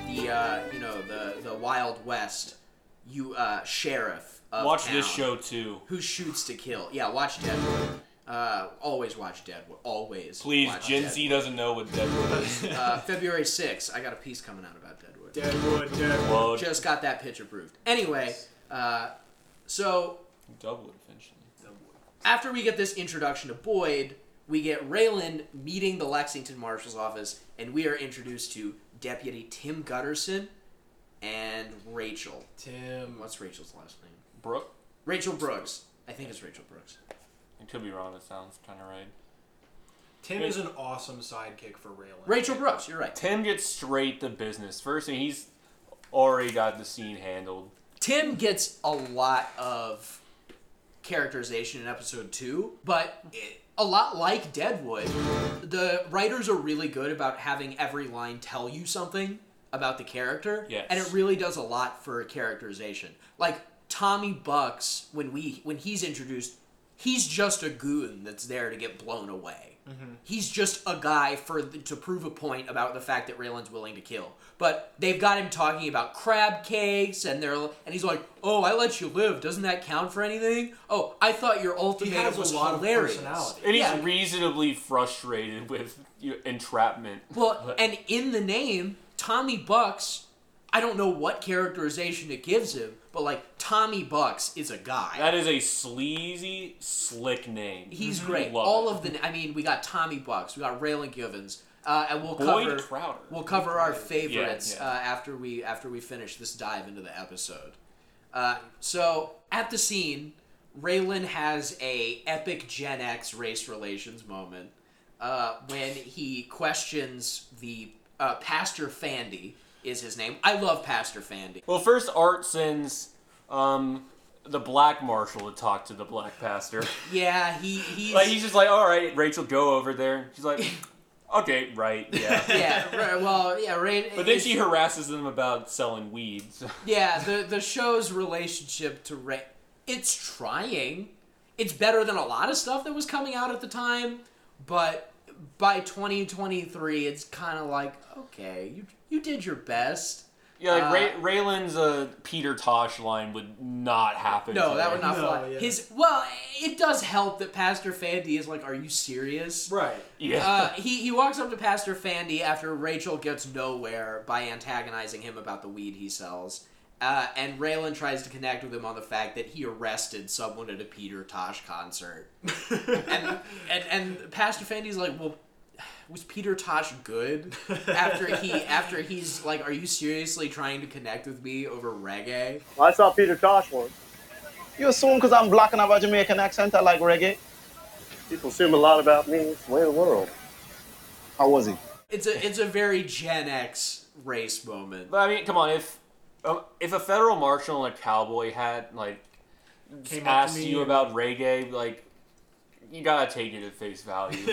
Speaker 1: The uh, you know the the Wild West, you uh, sheriff. Of
Speaker 2: Watch this
Speaker 1: town
Speaker 2: show too.
Speaker 1: Who shoots to kill? Yeah, watch Deadwood. Uh, always watch Deadwood. Always.
Speaker 2: Please,
Speaker 1: watch
Speaker 2: Gen Z doesn't know what Deadwood is.
Speaker 1: Deadwood. Uh, February 6th, I got a piece coming out about Deadwood.
Speaker 3: Deadwood, Deadwood.
Speaker 2: Well,
Speaker 1: Just got that pitch approved. Anyway, uh, so
Speaker 2: Deadwood eventually.
Speaker 1: after we get this introduction to Boyd, we get Raylan meeting the Lexington Marshal's office, and we are introduced to Deputy Tim Gutterson and Rachel.
Speaker 3: Tim.
Speaker 1: What's Rachel's last name?
Speaker 2: Brooke.
Speaker 1: Rachel Brooks. I think it's Rachel Brooks.
Speaker 2: It could be wrong. It sounds kind of right.
Speaker 3: Tim is an awesome sidekick for Raylan.
Speaker 1: Rachel Brooks, you're right.
Speaker 2: Tim gets straight to business. First thing, he's already got the scene handled.
Speaker 1: Tim gets a lot of characterization in episode two, but it, a lot like Deadwood, the writers are really good about having every line tell you something about the character,
Speaker 2: Yes.
Speaker 1: and it really does a lot for characterization. Like Tommy Bucks, when we when he's introduced, he's just a goon that's there to get blown away. He's just a guy for the, to prove a point about the fact that Raylan's willing to kill. But they've got him talking about crab cakes, and they're and he's like, "Oh, I let you live. Doesn't that count for anything? Oh, I thought your ultimatum
Speaker 3: has a
Speaker 1: was
Speaker 3: lot of
Speaker 1: hilarious."
Speaker 3: personality.
Speaker 2: And he's
Speaker 1: Yeah.
Speaker 2: reasonably frustrated with you- entrapment.
Speaker 1: Well, and in the name, Tommy Bucks. I don't know what characterization it gives him, but like Tommy Bucks is a guy.
Speaker 2: That is a sleazy, slick name.
Speaker 1: He's great.
Speaker 2: Love
Speaker 1: All
Speaker 2: it.
Speaker 1: of the. I mean, we got Tommy Bucks, we got Raylan Givens, uh, and we'll
Speaker 2: Boyd
Speaker 1: cover
Speaker 2: Crowder.
Speaker 1: we'll cover our favorites
Speaker 2: yeah.
Speaker 1: Uh, after we after we finish this dive into the episode. Uh, so at the scene, Raylan has a epic Gen X race relations moment uh, when he questions the uh, Pastor Fandy is his name. I love Pastor Fandy.
Speaker 2: Well, first Art sends um, the black marshal to talk to the black pastor.
Speaker 1: Yeah, he he's,
Speaker 2: like he's just like, all right, Rachel, go over there. She's like, okay, right, yeah.
Speaker 1: yeah. Ra- Well, yeah. Ray,
Speaker 2: But then she harasses them about selling weed. so-
Speaker 1: Yeah, the the show's relationship to Ray, it's trying. It's better than a lot of stuff that was coming out at the time, but by 2023, it's kind of like okay, you you did your best.
Speaker 2: Yeah, like
Speaker 1: Uh,
Speaker 2: Ray, Raylan's uh, Peter Tosh line would not happen.
Speaker 1: No,
Speaker 2: today.
Speaker 1: that would not
Speaker 3: No,
Speaker 1: fly.
Speaker 3: yeah.
Speaker 1: His well, it does help that Pastor Fandy is like, "Are you serious?"
Speaker 3: Right.
Speaker 2: Yeah.
Speaker 1: Uh, he he walks up to Pastor Fandy after Rachel gets nowhere by antagonizing him about the weed he sells, uh, and Raylan tries to connect with him on the fact that he arrested someone at a Peter Tosh concert, and, and and Pastor Fandy's like, "Well, was Peter Tosh good?" After he after he's like, "Are you seriously trying to connect with me over reggae?"
Speaker 11: I saw Peter Tosh once. You assume because I'm black and I have a Jamaican accent, I like reggae? People assume a lot about me. It's the way of the world. How was he?
Speaker 1: It's a it's a very Gen X race moment.
Speaker 2: But I mean, come on, if um, if a federal marshal in a cowboy hat like
Speaker 3: Came up to
Speaker 2: asked
Speaker 3: me
Speaker 2: you
Speaker 3: and-
Speaker 2: about reggae, like you gotta take it at face value.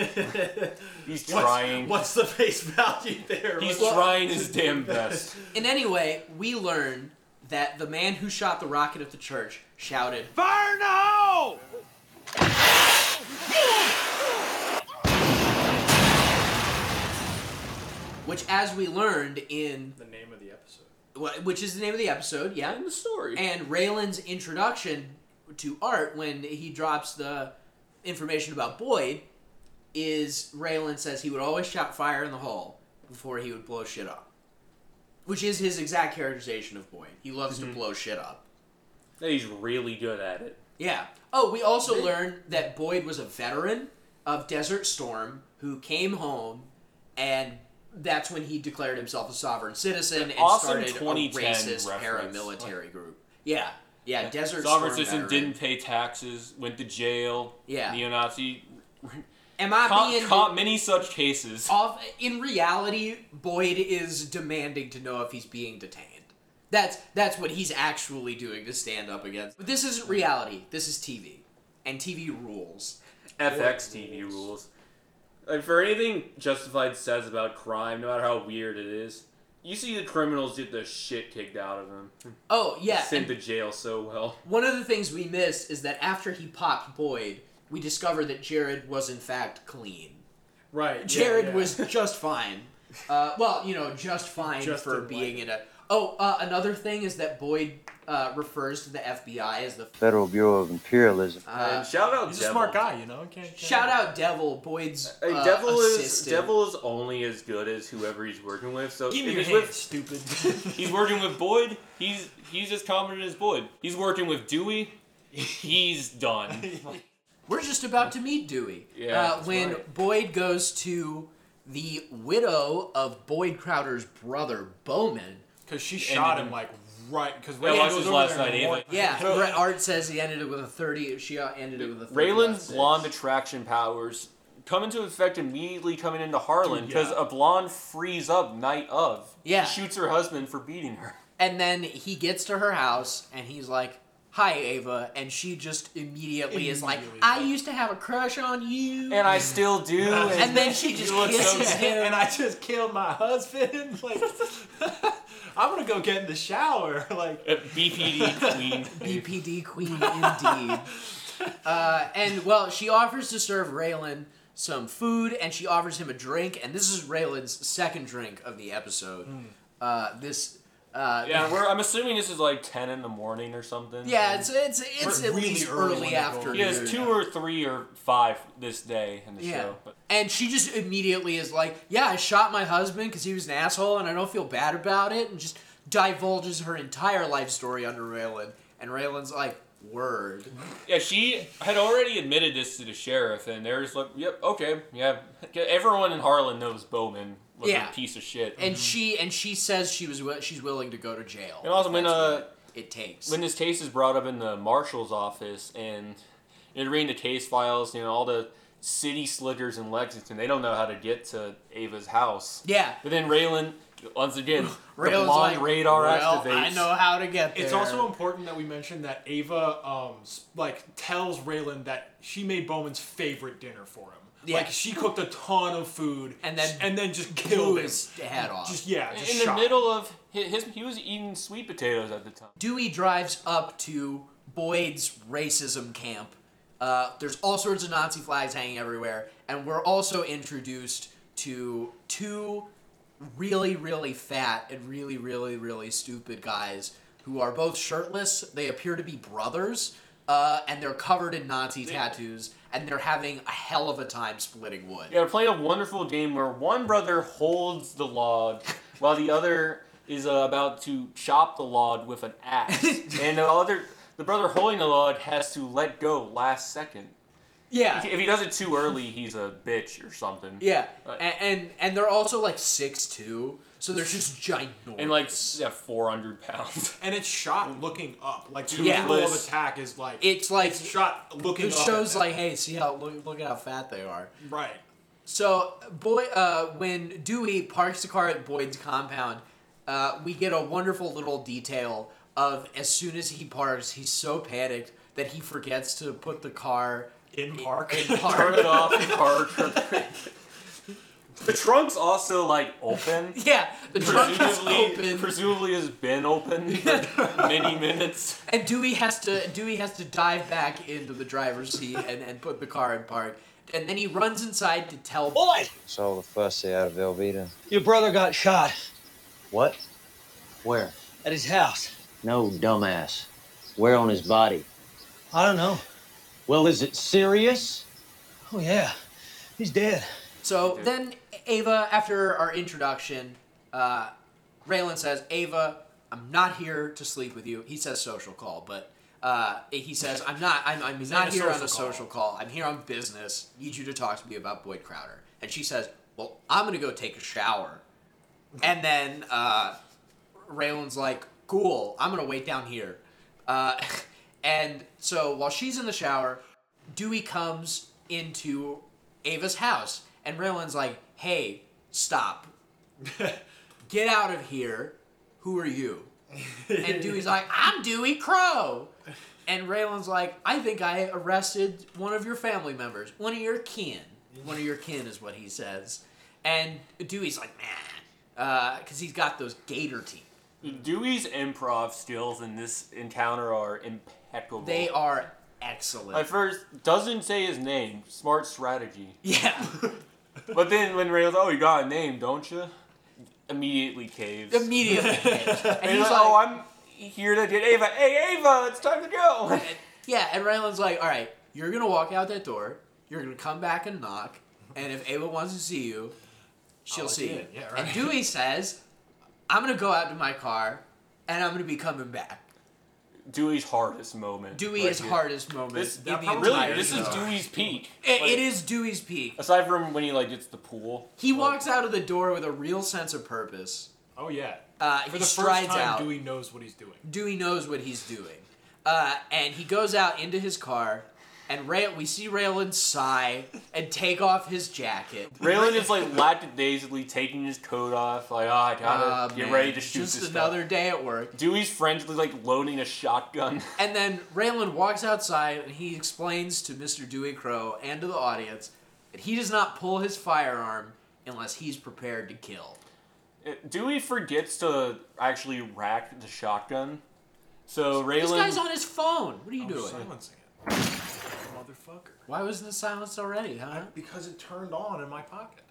Speaker 2: He's trying.
Speaker 3: What's, what's the face value there?
Speaker 2: He's
Speaker 3: What's-
Speaker 2: trying his damn best.
Speaker 1: And anyway, we learn that the man who shot the rocket at the church shouted,
Speaker 11: Burn the hole!
Speaker 1: which, as we learned in,
Speaker 3: the name of the episode.
Speaker 1: wh- which is the name of the episode, yeah.
Speaker 2: In the story.
Speaker 1: And Raylan's introduction to Art when he drops the information about Boyd is Raylan says he would always shout fire in the hole before he would blow shit up, which is his exact characterization of Boyd. He loves
Speaker 2: Mm-hmm.
Speaker 1: to blow shit up.
Speaker 2: That He's really good at it.
Speaker 1: Yeah. Oh, we also learned that Boyd was a veteran of Desert Storm who came home, and that's when he declared himself a sovereign citizen and
Speaker 2: awesome
Speaker 1: started a
Speaker 2: 2010
Speaker 1: racist
Speaker 2: reference.
Speaker 1: paramilitary group. Yeah. Yeah, Desert
Speaker 2: Sovereign
Speaker 1: Storm.
Speaker 2: citizen
Speaker 1: veteran.
Speaker 2: didn't pay taxes, went to jail.
Speaker 1: Yeah.
Speaker 2: Neo-Nazi.
Speaker 1: Am I
Speaker 2: Caught,
Speaker 1: being
Speaker 2: caught many such cases.
Speaker 1: off? In reality, Boyd is demanding to know if he's being detained. That's that's what he's actually doing to stand up against. But this isn't reality. This is TV, and TV rules.
Speaker 2: FX TV rules. Like for anything Justified says about crime, no matter how weird it is, you see the criminals get the shit kicked out of them.
Speaker 1: Oh yeah,
Speaker 2: Sent to jail so well.
Speaker 1: One of the things we missed is that after he popped Boyd, we discovered that Jared was in fact clean.
Speaker 3: Right.
Speaker 1: Jared was just fine. Uh, well, you know, just fine
Speaker 3: Just
Speaker 1: for
Speaker 3: in
Speaker 1: being in a. Oh, uh, another thing is that Boyd uh, refers to the FBI as the.
Speaker 10: Federal Bureau of Imperialism.
Speaker 1: Uh,
Speaker 2: and shout out
Speaker 3: He's a
Speaker 2: Devil.
Speaker 3: smart guy, you know. Can't, can't-
Speaker 1: shout out Devil, Boyd's
Speaker 2: Hey,
Speaker 1: uh,
Speaker 2: Devil is
Speaker 1: assistant.
Speaker 2: Devil is only as good as whoever he's working with. So
Speaker 3: Give
Speaker 2: if
Speaker 3: me your
Speaker 2: he's
Speaker 3: hand,
Speaker 2: with
Speaker 3: stupid.
Speaker 2: he's working with Boyd, he's he's as competent as Boyd. He's working with Dewey, he's done.
Speaker 1: We're just about to meet Dewey.
Speaker 2: Yeah,
Speaker 1: uh,
Speaker 2: that's
Speaker 1: when
Speaker 2: right.
Speaker 1: Boyd goes to the widow of Boyd Crowder's brother, Bowman.
Speaker 3: Because she shot
Speaker 2: ended
Speaker 3: him
Speaker 2: in-
Speaker 3: like right. Because
Speaker 2: I watched this last night. Ava.
Speaker 1: Yeah, Bret Art says he ended it with a 30. She uh, ended it with a 30.
Speaker 2: Raylan's
Speaker 1: six.
Speaker 2: blonde attraction powers come into effect immediately coming into Harlan
Speaker 3: Dude,
Speaker 2: because
Speaker 3: yeah.
Speaker 2: a blonde frees up night of.
Speaker 1: Yeah.
Speaker 2: She shoots her husband for beating her.
Speaker 1: And then he gets to her house and he's like, Hi, Ava. And she just immediately, is like,
Speaker 3: Immediately.
Speaker 1: I used to have a crush on you.
Speaker 2: And I still do. and,
Speaker 1: And then she just
Speaker 2: you look so
Speaker 1: kisses
Speaker 2: good.
Speaker 1: him.
Speaker 3: and I just killed my husband. Like, I'm gonna go get in the shower. Like,
Speaker 2: Uh, BPD queen.
Speaker 1: BPD queen indeed. uh, and well, she offers to serve Raylan some food and she offers him a drink. And this is Raylan's second drink of the episode.
Speaker 3: Hmm.
Speaker 1: Uh, this. Uh,
Speaker 2: Yeah, we're, I'm assuming this is like 10 in the morning or something.
Speaker 1: yeah, it's it's it's
Speaker 3: We're
Speaker 1: at
Speaker 3: really
Speaker 1: least
Speaker 3: early
Speaker 1: early
Speaker 3: when they're going.
Speaker 1: after.
Speaker 2: Yeah, it's two or three or five this day in the
Speaker 1: Yeah.
Speaker 2: show. But
Speaker 1: And she just immediately is like, "Yeah, I shot my husband because he was an asshole, and I don't feel bad about it." And just divulges her entire life story under Raylan, and Raylan's like, "Word."
Speaker 2: yeah, she had already admitted this to the sheriff, and they're just like, "Yep, okay, yeah." Everyone in Harlan knows Bowman was
Speaker 1: Yeah.
Speaker 2: a piece of shit.
Speaker 1: And she and she says she was wi- she's willing to go to jail.
Speaker 2: And also
Speaker 1: if
Speaker 2: when,
Speaker 1: that's
Speaker 2: uh,
Speaker 1: what it takes.
Speaker 2: when this case is brought up in the marshal's office and you're reading the case files, you know, all the city slickers in Lexington, they don't know how to get to Ava's house.
Speaker 1: yeah,
Speaker 2: But then Raylan, once again, the
Speaker 1: Raylan's
Speaker 2: blonde
Speaker 1: like,
Speaker 2: radar
Speaker 1: well,
Speaker 2: activates.
Speaker 1: I know how to get there.
Speaker 3: it's also important that we mention that Ava, um, s- like, tells Raylan that she made Bowman's favorite dinner for him.
Speaker 1: Yeah.
Speaker 3: Like, she cooked a ton of food
Speaker 1: And then
Speaker 3: and then just
Speaker 1: blew
Speaker 3: killed him.
Speaker 1: his head off.
Speaker 3: Just yeah, just
Speaker 2: In
Speaker 3: shot.
Speaker 2: the middle of hi- his, he was eating sweet potatoes at the time.
Speaker 1: Dewey drives up to Boyd's racism camp. Uh, there's all sorts of Nazi flags hanging everywhere, and we're also introduced to two really, really fat and really, really, really stupid guys who are both shirtless. They appear to be brothers, uh, and they're covered in Nazi tattoos, and they're having a hell of a time splitting wood.
Speaker 2: Yeah, we're playing a wonderful game where one brother holds the log while the other is uh, about to chop the log with an axe, and the other, the brother holding the log has to let go last second.
Speaker 1: Yeah.
Speaker 2: If he does it too early, he's a bitch or something.
Speaker 1: Yeah,
Speaker 2: Like-
Speaker 1: and, and and they're also like six two, so they're just ginormous.
Speaker 2: and like s- yeah, four hundred pounds.
Speaker 3: And it's shot looking up. Like the
Speaker 1: Yeah.
Speaker 3: angle of attack is like
Speaker 1: it's like
Speaker 3: shot looking
Speaker 1: It
Speaker 3: up.
Speaker 1: shows like, hey, see how look, look at how fat they are.
Speaker 3: Right.
Speaker 1: So boy, uh, when Dewey parks the car at Boyd's compound, uh, we get a wonderful little detail of as soon as he parks, he's so panicked that he forgets to put the car
Speaker 3: in park.
Speaker 1: In park.
Speaker 2: Turn it off, park. the trunk's also like open.
Speaker 1: Yeah, the trunk is
Speaker 2: open. Presumably has been open for many minutes.
Speaker 1: And Dewey has to Dewey has to dive back into the driver's seat and, and put the car in park. And then he runs inside to tell Boyd.
Speaker 10: Saw the fussy out of Elvita.
Speaker 12: Your brother got shot
Speaker 10: What? Where?
Speaker 12: at his house.
Speaker 8: No, dumbass. Where on his body?
Speaker 12: I don't know.
Speaker 8: Well, is it serious?
Speaker 12: Oh, yeah. He's dead.
Speaker 1: So then Ava, after our introduction, uh, Raylan says, Ava, I'm not here to sleep with you. He says social call, but uh, he says, I'm not I'm, I'm
Speaker 3: that
Speaker 1: not
Speaker 3: a
Speaker 1: here on
Speaker 3: social
Speaker 1: a social call. I'm here on business. Need you to talk to me about Boyd Crowder. And she says, Well, I'm gonna go take a shower. And then uh, Raylan's like, Cool, I'm gonna wait down here. Uh, and so while she's in the shower, Dewey comes into Ava's house, and Raylan's like, "Hey, stop! Get out of here! Who are you?" And Dewey's like, "I'm Dewey Crow." And Raylan's like, "I think I arrested one of your family members, one of your kin. One of your kin is what he says." And Dewey's like, "Man," because he's got those gator teeth.
Speaker 2: Dewey's improv skills in this encounter are impeccable.
Speaker 1: They are excellent.
Speaker 2: At first, doesn't say his name. Smart strategy.
Speaker 1: Yeah.
Speaker 2: but then when Raylan's, oh, you got a name, don't you? Immediately caves.
Speaker 1: Immediately caves. And
Speaker 2: and he's
Speaker 1: he's
Speaker 2: like, oh, I'm here to get Ava. Hey, Ava, it's time to go.
Speaker 1: Yeah, and Raylan's like, all right, you're gonna walk out that door, you're gonna come back and knock, and if Ava wants to see you, she'll
Speaker 3: I'll
Speaker 1: see
Speaker 3: see
Speaker 1: you.
Speaker 3: it. Yeah, right.
Speaker 1: And Dewey says, I'm gonna go out to my car, and I'm gonna be coming back.
Speaker 2: Dewey's hardest moment.
Speaker 1: Dewey
Speaker 2: right
Speaker 1: is
Speaker 2: here.
Speaker 1: hardest moment
Speaker 2: This,
Speaker 1: in the entire
Speaker 2: really, this is
Speaker 1: show.
Speaker 2: Dewey's peak.
Speaker 1: It-
Speaker 2: Like,
Speaker 1: it is Dewey's peak.
Speaker 2: Aside from when he like gets the pool.
Speaker 1: He walks out of the door with a real sense of purpose.
Speaker 3: Oh yeah.
Speaker 1: Uh,
Speaker 3: For
Speaker 1: he
Speaker 3: the
Speaker 1: strides
Speaker 3: first time,
Speaker 1: out.
Speaker 3: Dewey knows what he's doing.
Speaker 1: Dewey knows what he's doing. Uh, and he goes out into his car, and Ray- we see Raylan sigh and take off his jacket.
Speaker 2: Raylan is like lackadaisically taking his coat off, like, oh, I
Speaker 1: Ah,
Speaker 2: gotta get
Speaker 1: man,
Speaker 2: ready to shoot
Speaker 1: Just
Speaker 2: this
Speaker 1: another
Speaker 2: stuff.
Speaker 1: day at work.
Speaker 2: Dewey's frantically like loading a shotgun.
Speaker 1: And then Raylan walks outside and he explains to Mr. Dewey Crow and to the audience that he does not pull his firearm unless he's prepared to kill.
Speaker 2: Dewey forgets to actually rack the shotgun. So Raylan.
Speaker 1: This guy's on his phone. What are you
Speaker 3: I'm
Speaker 1: doing?
Speaker 3: silencing it. Motherfucker.
Speaker 1: Why wasn't it silenced already, huh?
Speaker 3: Because it turned on in my pocket.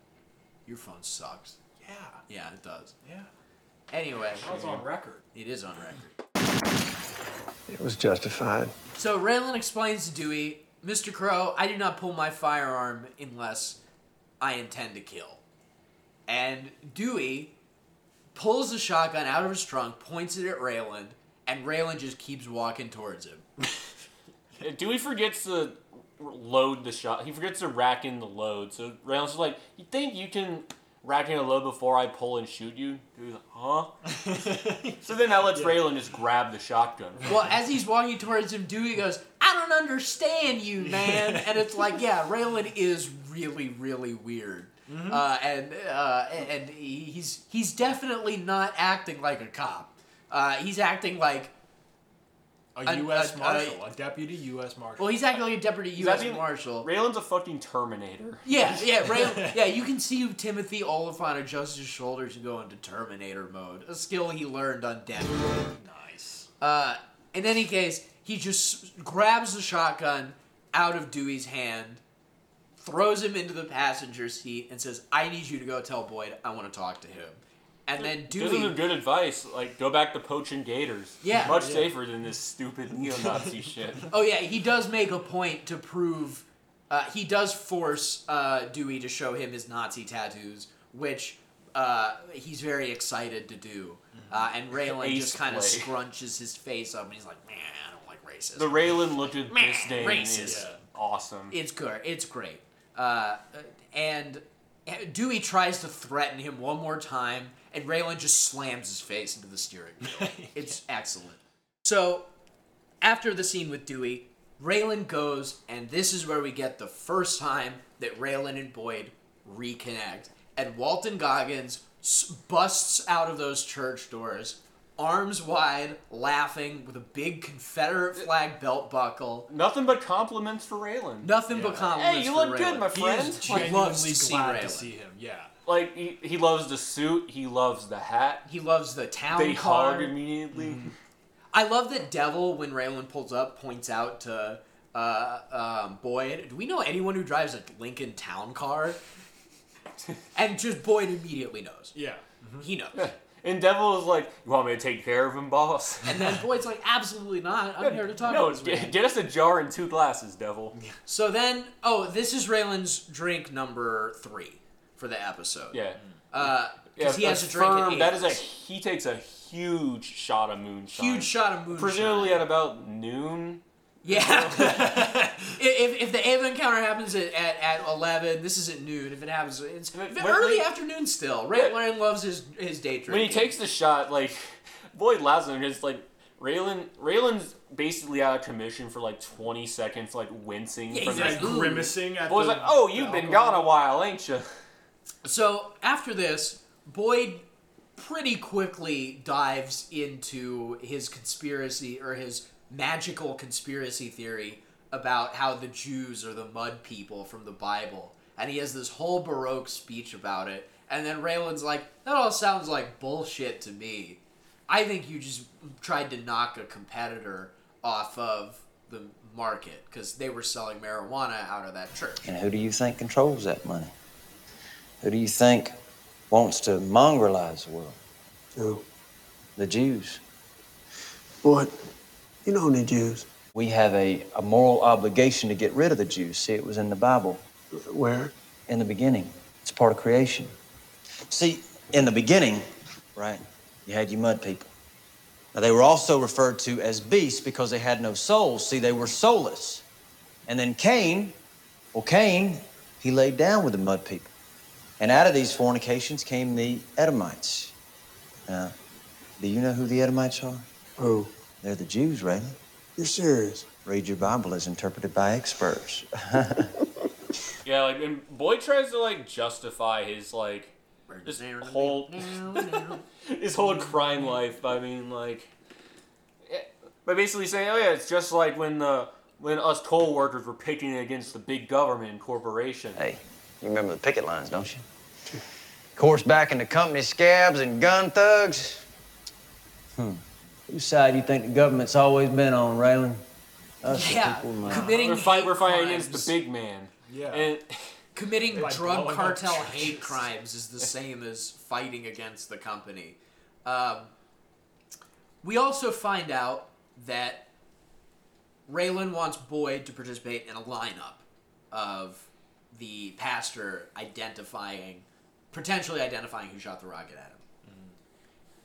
Speaker 1: Your phone sucks.
Speaker 3: Yeah.
Speaker 1: Yeah, it does.
Speaker 3: Yeah.
Speaker 1: Anyway,
Speaker 3: That was on record.
Speaker 1: It is on record.
Speaker 6: It was justified.
Speaker 1: So Raylan explains to Dewey, Mr. Crow, I do not pull my firearm unless I intend to kill. And Dewey pulls the shotgun out of his trunk, points it at Raylan, and Raylan just keeps walking towards him.
Speaker 2: Dewey forgets to load the shot. He forgets to rack in the load. So Raylan's just like, "You think you can rack in a load before I pull and shoot you?" Dewey's like, "Huh?" so then that lets Raylan just grab the shotgun.
Speaker 1: Well, as he's walking towards him, Dewey goes, I don't understand you, man. And it's like, yeah, Raylan is really, really weird. Uh, and uh, and he- he's he's definitely not acting like a cop. Uh, he's acting like
Speaker 3: A
Speaker 1: A-
Speaker 3: U.S.
Speaker 1: a-
Speaker 3: Marshal, a, deputy U.S. Marshal.
Speaker 1: Well, he's acting like a deputy
Speaker 2: He's
Speaker 1: U.S.
Speaker 2: acting-
Speaker 1: Marshal.
Speaker 2: Raylan's a fucking Terminator.
Speaker 1: Yeah, yeah, Ray, yeah. You can see Timothy Oliphant adjust his shoulders and go into Terminator mode, a skill he learned on Death.
Speaker 3: Nice.
Speaker 1: Uh, in any case, he just grabs the shotgun out of Dewey's hand, throws him into the passenger seat, and says, "I need you to go tell Boyd I want to talk to him." and then
Speaker 2: This is some
Speaker 1: Dewey.
Speaker 2: good advice. Like, go back to poaching gators.
Speaker 1: Yeah.
Speaker 2: Much
Speaker 1: Yeah.
Speaker 2: safer than this stupid neo-Nazi shit.
Speaker 1: Oh yeah, he does make a point to prove. Uh, he does force uh, Dewey to show him his Nazi tattoos, which uh, he's very excited to do. Uh, and Raylan
Speaker 2: Mm-hmm. Ace
Speaker 1: just kind of
Speaker 2: play.
Speaker 1: scrunches his face up, and he's like, "Man, I don't like racism."
Speaker 2: The Raylan look at
Speaker 1: Man,
Speaker 2: this day is
Speaker 1: racist.
Speaker 2: awesome.
Speaker 1: It's good. It's great. Uh, and Dewey tries to threaten him one more time, and Raylan just slams his face into the steering wheel. it's excellent. So, after the scene with Dewey, Raylan goes, and this is where we get the first time that Raylan and Boyd reconnect. And Walton Goggins s- busts out of those church doors, arms wide, laughing, with a big Confederate flag belt buckle.
Speaker 2: Nothing but compliments for Raylan.
Speaker 1: Nothing but compliments.
Speaker 2: Hey, you
Speaker 1: for
Speaker 2: look good,
Speaker 1: Raylan.
Speaker 2: my friend.
Speaker 1: He loves to see Raylan.
Speaker 3: him. Yeah.
Speaker 2: Like he, he loves the suit. He loves the hat.
Speaker 1: He loves the town
Speaker 2: They
Speaker 1: car.
Speaker 2: hug immediately.
Speaker 1: I love that Devil when Raylan pulls up points out to uh, um, Boyd. Do we know anyone who drives a Lincoln Town Car? and just Boyd immediately knows.
Speaker 3: Yeah.
Speaker 1: He knows.
Speaker 2: And Devil is like, "You want me to take care of him, boss?"
Speaker 1: And then Boyd's like, absolutely not. I'm here to talk
Speaker 2: no,
Speaker 1: about this.
Speaker 2: get,
Speaker 1: man."
Speaker 2: get us a jar and two glasses, Devil.
Speaker 1: So then, oh, this is Raylan's drink number three for the episode.
Speaker 2: Yeah.
Speaker 1: Because
Speaker 2: Yeah,
Speaker 1: Uh, he has
Speaker 2: a
Speaker 1: to drink at
Speaker 2: firm- That is a
Speaker 1: eight.
Speaker 2: he takes a huge shot of moonshine.
Speaker 1: Huge shot of moonshine.
Speaker 2: Presumably at about noon.
Speaker 1: Yeah. if, if the Ava encounter happens at, at, at 11, this is at noon. If it happens, it's early
Speaker 2: when-
Speaker 1: afternoon still. Ray Laren loves his, his day drinking.
Speaker 2: When he takes the shot, like Boyd laughs at him because like Raylan Raylan's basically out of commission for like twenty seconds, like wincing
Speaker 1: Yeah,
Speaker 2: from
Speaker 1: he's
Speaker 2: this-
Speaker 1: like, "Ooh."
Speaker 3: grimacing at
Speaker 2: Boyd's
Speaker 3: the-
Speaker 2: like, "Oh, you've been gone a while, ain't you?"
Speaker 1: So after this, Boyd pretty quickly dives into his conspiracy or his magical conspiracy theory about how the Jews are the mud people from the Bible. And he has this whole Baroque speech about it. And then Raylan's like, that all sounds like bullshit to me. I think you just tried to knock a competitor off of the market because they were selling marijuana out of that church.
Speaker 13: And who do you think controls that money? Who do you think wants to mongrelize the world?
Speaker 6: Who?
Speaker 13: The Jews.
Speaker 6: Boyd, you know any Jews.
Speaker 13: We have a, a moral obligation to get rid of the Jews. See, it was in the Bible.
Speaker 6: Where?
Speaker 13: In the beginning. It's part of creation. See, in the beginning, right, you had your mud people. Now, they were also referred to as beasts because they had no souls. See, they were soulless. And then Cain, well, Cain, he laid down with the mud people. And out of these fornications came the Edomites. Now, do you know who the Edomites are?
Speaker 6: Who?
Speaker 13: They're the Jews, Raylan.
Speaker 6: You're serious?
Speaker 13: Read your Bible as interpreted by experts.
Speaker 2: Yeah, like and Boyd tries to like justify his like this whole his whole crime life by being like eh, by basically saying, oh yeah, it's just like when the when us coal workers were picketing against the big government and corporation.
Speaker 13: Hey, you remember the picket lines, don't you? Of course, back into company scabs and gun thugs. Hmm. Whose side do you think the government's always been on, Raylan? Us the
Speaker 1: Yeah,
Speaker 13: people, man.
Speaker 1: committing
Speaker 2: we're, fight, we're fighting against the big man.
Speaker 3: Yeah.
Speaker 2: And
Speaker 1: committing
Speaker 2: Like
Speaker 1: drug
Speaker 2: blowing up
Speaker 1: cartel
Speaker 2: churches.
Speaker 1: hate crimes is the same as fighting against the company. Um, we also find out that Raylan wants Boyd to participate in a lineup of the pastor identifying, potentially identifying who shot the rocket at him.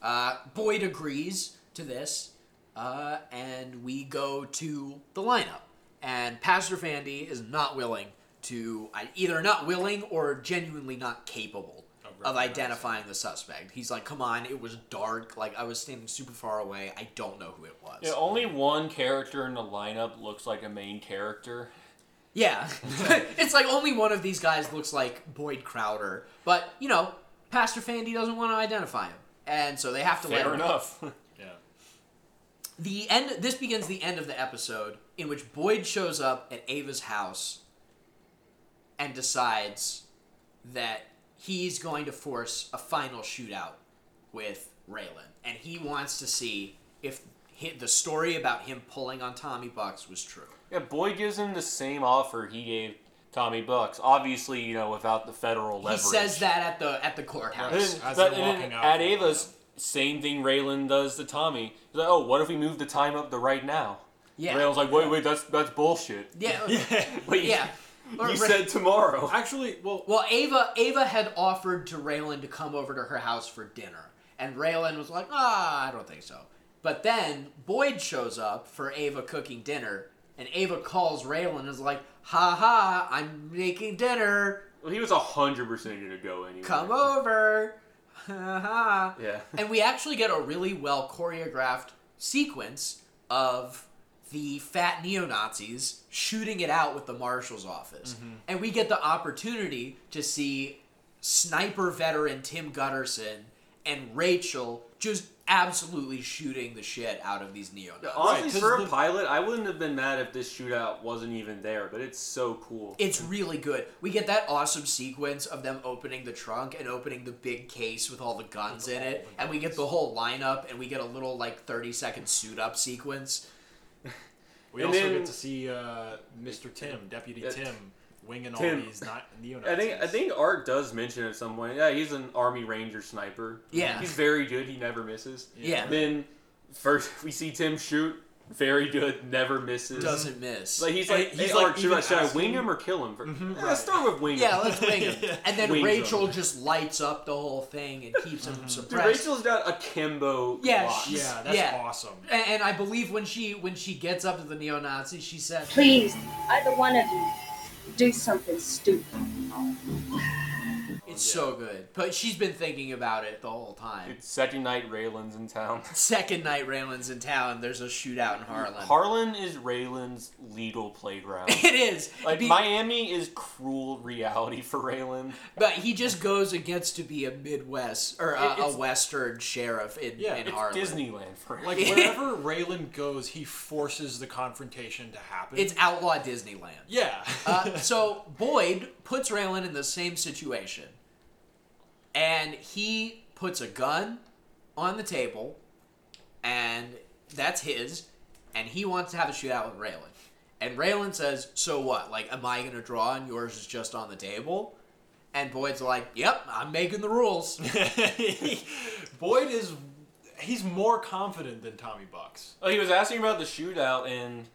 Speaker 1: Uh, Boyd agrees to this, uh, and we go to the lineup. And Pastor Fandy is not willing to I- either not willing or genuinely not capable of identifying the suspect. He's like, "Come on, it was dark. Like I was standing super far away. I don't know who it was."
Speaker 2: yeah, only one character in the lineup looks like a main character.
Speaker 1: Yeah. it's like only one of these guys looks like Boyd Crowder. But, you know, Pastor Fandy doesn't want to identify him. And so they have to let
Speaker 2: Fair
Speaker 1: him
Speaker 2: enough.
Speaker 3: yeah.
Speaker 1: The end this begins the end of the episode in which Boyd shows up at Ava's house and decides that he's going to force a final shootout with Raylan. And he wants to see if hi the story about him pulling on Tommy Bucks was true.
Speaker 2: Yeah, Boyd gives him the same offer he gave Tommy Bucks. Obviously, you know, without the federal
Speaker 1: He
Speaker 2: leverage.
Speaker 1: says that at the at the
Speaker 2: And
Speaker 1: courthouse.
Speaker 2: then- but- and then at Ava's, same thing Raylan does to Tommy. He's like, oh, what if we move the time up to right now?
Speaker 1: Yeah.
Speaker 2: Raylan's like, wait, wait, that's that's bullshit.
Speaker 1: Yeah.
Speaker 2: Wait,
Speaker 1: yeah. Or-
Speaker 2: you said tomorrow.
Speaker 3: Actually, well,
Speaker 1: well, Ava Ava had offered to Raylan to come over to her house for dinner, and Raylan was like, "Ah, I don't think so." But then Boyd shows up for Ava cooking dinner, and Ava calls Raylan and is like, "Ha ha, I'm making dinner.
Speaker 2: Well, he was hundred percent gonna go anyway.
Speaker 1: Come over." Ha ha.
Speaker 2: Yeah.
Speaker 1: and we actually get a really well choreographed sequence of the fat neo Nazis shooting it out with the marshal's office.
Speaker 14: Mhm.
Speaker 1: And we get the opportunity to see sniper veteran Tim Gutterson and Rachel just absolutely shooting the shit out of these neo Nazis.
Speaker 2: Honestly, for a pilot, I wouldn't have been mad if this shootout wasn't even there, but it's so cool.
Speaker 1: It's really good. We get that awesome sequence of them opening the trunk and opening the big case with all the guns in it, and we get the whole lineup, and we get a little like thirty second suit up sequence.
Speaker 3: We also get to see uh, Mr. Tim, Deputy
Speaker 2: Yeah.
Speaker 3: Tim, winging all
Speaker 2: Tim.
Speaker 3: these neo
Speaker 2: I think I think Art does mention at some point. Yeah, he's an Army Ranger sniper.
Speaker 1: Yeah.
Speaker 2: he's very good. He never misses.
Speaker 1: Yeah.
Speaker 2: Then first we see Tim shoot. Very good. Never misses.
Speaker 1: Doesn't miss.
Speaker 2: Like he's
Speaker 1: And
Speaker 2: like
Speaker 1: he's
Speaker 2: he's
Speaker 1: like
Speaker 2: like should I,
Speaker 1: even
Speaker 2: should I wing
Speaker 1: asking-
Speaker 2: him or kill him? 1st Yeah, Let's start with wing him.
Speaker 1: Yeah, let's wing him. And then
Speaker 2: Wings him. Mm-hmm.
Speaker 1: Rachel just lights up the whole thing and keeps him
Speaker 2: Dude,
Speaker 1: suppressed.
Speaker 2: Rachel's got a Kimbo.
Speaker 1: yeah,
Speaker 2: watch.
Speaker 1: she's- yeah. A- And, I believe when she when she gets up to the neo Nazis, she says,
Speaker 15: Please, either one of you, do something stupid.
Speaker 1: It's so good. But she's been thinking about it the whole time.
Speaker 2: Second night, Raylan's in town.
Speaker 1: Second night, Raylan's in town. There's a shootout in Harlan.
Speaker 2: Harlan is Raylan's legal playground.
Speaker 1: It is.
Speaker 2: Like
Speaker 1: Be-
Speaker 2: Miami is cruel reality for Raylan.
Speaker 1: But he just goes and gets to be a Midwest or
Speaker 2: It-
Speaker 1: a, a
Speaker 2: it's-
Speaker 1: Western sheriff in,
Speaker 3: Yeah,
Speaker 1: in
Speaker 3: it's
Speaker 1: Harlan.
Speaker 2: Disneyland for
Speaker 3: Like wherever Raylan goes, he forces the confrontation to happen.
Speaker 1: It's outlaw Disneyland.
Speaker 3: Yeah.
Speaker 1: uh, so Boyd puts Raylan in the same situation, and he puts a gun on the table, and that's his, and he wants to have a shootout with Raylan. And Raylan says, "So what? Like, am I gonna draw and yours is just on the table?" And Boyd's like, "Yep, I'm making the rules."
Speaker 3: Boyd is he's more confident than Tommy Bucks.
Speaker 2: Oh, he was asking about the shootout and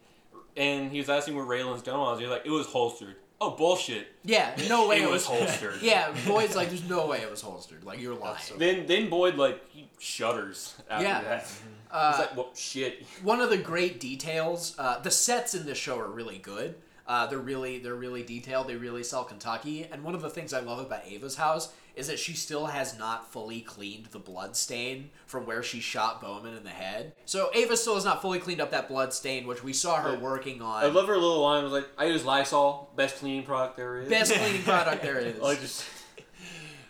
Speaker 2: and he was asking where Raylan's gun was. He was like, it was holstered. Oh bullshit.
Speaker 1: Yeah, no way
Speaker 2: it was holstered.
Speaker 1: Yeah, Boyd's like, "There's no way it was holstered. Like, you're lying."
Speaker 2: Then then Boyd like he shudders after
Speaker 1: Yeah.
Speaker 2: that.
Speaker 1: Uh,
Speaker 2: He's like, well, shit.
Speaker 1: one of the great details uh, the sets in this show are really good uh, they're really they're really detailed they really sell kentucky and one of the things i love about ava's house is that she still has not fully cleaned the blood stain from where she shot bowman in the head so ava still has not fully cleaned up that blood stain which we saw her
Speaker 2: Yeah.
Speaker 1: working on
Speaker 2: I love her little line. Was like, I use Lysol, best cleaning product there is.
Speaker 1: Best cleaning product there is.
Speaker 2: I just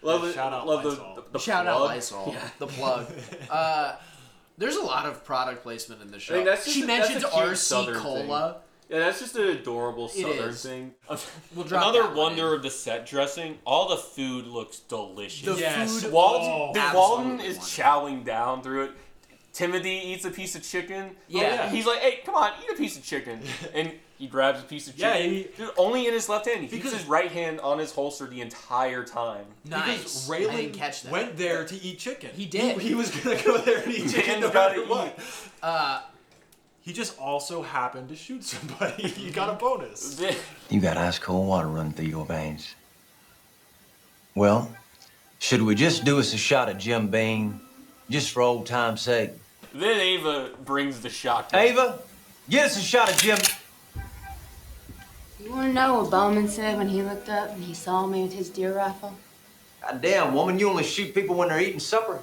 Speaker 2: love it.
Speaker 1: Shout out
Speaker 2: love
Speaker 1: Lysol.
Speaker 2: The, the, the
Speaker 1: shout out
Speaker 2: plug.
Speaker 1: lysol
Speaker 2: Yeah.
Speaker 1: the plug uh, there's a lot of product placement in the show
Speaker 2: I mean, that's just
Speaker 1: she
Speaker 2: a- that's a
Speaker 1: mentions
Speaker 2: cute
Speaker 1: rc
Speaker 2: Southern
Speaker 1: cola
Speaker 2: Thing. Yeah, that's just an adorable
Speaker 1: It
Speaker 2: southern
Speaker 1: is.
Speaker 2: thing.
Speaker 1: We'll drop that
Speaker 2: Another
Speaker 1: one
Speaker 2: wonder of the set dressing. All the food looks delicious.
Speaker 1: The Yes. food-
Speaker 2: Walden,
Speaker 1: oh,
Speaker 2: dude, Walden
Speaker 1: absolutely
Speaker 2: is chowing down through it. Timothy eats a piece of chicken. Oh,
Speaker 1: Yeah.
Speaker 2: he's like, "Hey, come on, eat a piece of chicken," and he grabs a piece of
Speaker 3: Yeah,
Speaker 2: chicken.
Speaker 3: he-
Speaker 2: Dude, only in his left hand. He keeps his right hand on his holster the entire time.
Speaker 3: Because Raylan went there to eat chicken.
Speaker 1: He did.
Speaker 3: He, was gonna go there and eat chicken no
Speaker 2: Man's gotta
Speaker 3: matter what.
Speaker 1: Uh,
Speaker 3: he just also happened to shoot somebody. he got a bonus.
Speaker 13: You got ice cold water running through your veins. Well, should we just do us a shot of Jim Beam, just for old time's sake?
Speaker 2: Then Ava brings the shotgun.
Speaker 13: Ava, get us a shot of Jim.
Speaker 15: You want to know what Bowman said when he looked up and he saw me with his deer rifle?
Speaker 13: Goddamn, woman, you only shoot people when they're eating supper.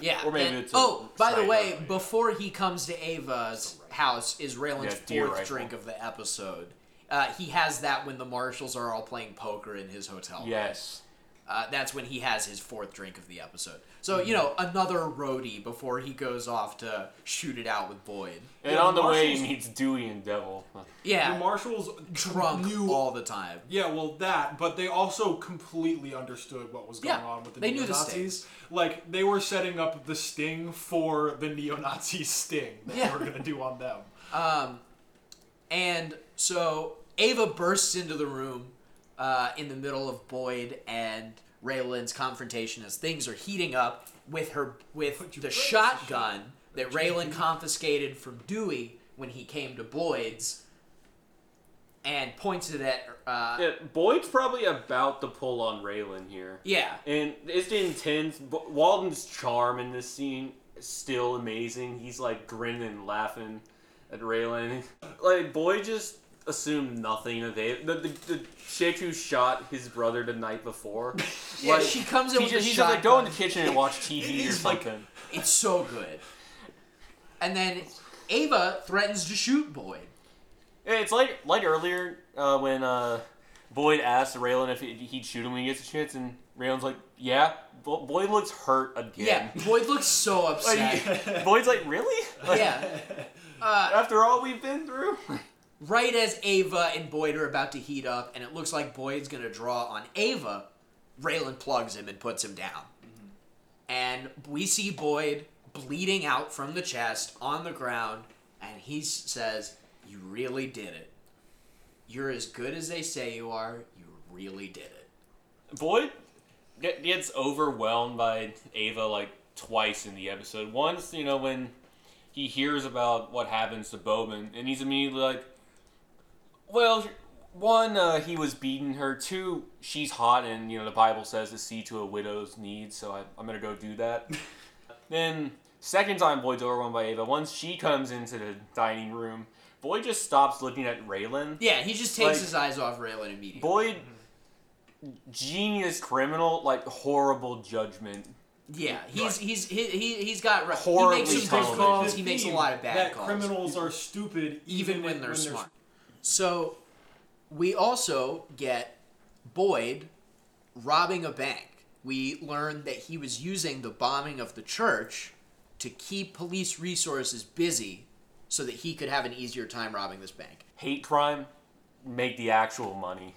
Speaker 1: Yeah.
Speaker 13: Or maybe
Speaker 1: and-
Speaker 13: it's a
Speaker 1: oh, by the
Speaker 13: sniper,
Speaker 1: way, before he comes to Ava's house is
Speaker 2: Yeah,
Speaker 1: Raylan's
Speaker 2: deer
Speaker 1: fourth
Speaker 2: rifle.
Speaker 1: drink of the episode. Uh, he has that when the marshals are all playing poker in his hotel. room.
Speaker 2: Yes.
Speaker 1: Uh, that's when he has his fourth drink of the episode. So,
Speaker 13: Mm-hmm.
Speaker 1: you know, another roadie before he goes off to shoot it out with Boyd.
Speaker 2: And on the way, he meets Dewey and Devil.
Speaker 1: Yeah.
Speaker 3: The marshals
Speaker 1: drunk all the time.
Speaker 3: Yeah, well, that, but they also completely understood what was going
Speaker 1: Yeah,
Speaker 3: on with the
Speaker 1: they knew the
Speaker 3: neo-Nazis. like, they were setting up the sting for the neo-Nazi sting that
Speaker 1: Yeah.
Speaker 3: they were going to do on them.
Speaker 1: Um, and so Ava bursts into the room, uh, in the middle of Boyd and Raylan's confrontation as things are heating up with her with the shotgun that Raylan confiscated from Dewey when he came to Boyd's and points it at uh,
Speaker 2: Yeah, Boyd's probably about to pull on Raylan here.
Speaker 1: Yeah.
Speaker 2: And it's intense. But Walden's charm in this scene is still amazing. He's like grinning and laughing at Raylan. Like, Boyd just assumed nothing of it. The, the, the chick who shot his brother the night before.
Speaker 1: Yeah, she comes in
Speaker 2: he
Speaker 1: with
Speaker 2: just,
Speaker 1: a
Speaker 2: He's just like, go in the
Speaker 1: shotgun."
Speaker 2: kitchen and watch TV
Speaker 1: It
Speaker 2: or
Speaker 1: is, like,
Speaker 2: something.
Speaker 1: it's so good. And then Ava threatens to shoot Boyd.
Speaker 2: Yeah, it's like like earlier uh, when uh, Boyd asked Raylan if he- he'd shoot him when he gets a chance, and Raylan's like, "Yeah." Bo- Boyd looks hurt
Speaker 1: Yeah,
Speaker 2: again.
Speaker 1: Boyd looks so upset.
Speaker 2: Like, Boyd's like, "Really?" Like,
Speaker 1: yeah. Uh,
Speaker 2: After all we've been through.
Speaker 1: Right as Ava and Boyd are about to heat up, and it looks like Boyd's going to draw on Ava, Raylan plugs him and puts him down. And we see Boyd bleeding out from the chest on the ground, and he s- says, You really did it. You're as good as they say you are. You really did it.
Speaker 2: Boyd get, gets overwhelmed by Ava like twice in the episode. Once, you know, when he hears about what happens to Bowman, and he's immediately like, well, one, uh, he was beating her. Two, she's hot, and, you know, the Bible says to see to a widow's needs, so I, I'm going to go do that. then, second time Boyd's overwhelmed by Ava, once she comes into the dining room, Boyd just stops looking at Raylan.
Speaker 1: Yeah, he just takes
Speaker 2: Like,
Speaker 1: his eyes off Raylan immediately.
Speaker 2: Boyd, genius criminal, like horrible judgment.
Speaker 1: Yeah, he's he's he, he he's got he
Speaker 2: Horribly
Speaker 1: makes some good
Speaker 2: talented.
Speaker 1: calls. He
Speaker 2: The
Speaker 1: makes a
Speaker 2: theme
Speaker 1: lot of bad
Speaker 3: that
Speaker 1: calls.
Speaker 3: criminals are stupid
Speaker 1: even, when, they're
Speaker 3: when they're
Speaker 1: smart. So we also get Boyd robbing a bank. We learn that he was using the bombing of the church to keep police resources busy so that he could have an easier time robbing this bank.
Speaker 2: Hate crime, make the actual money.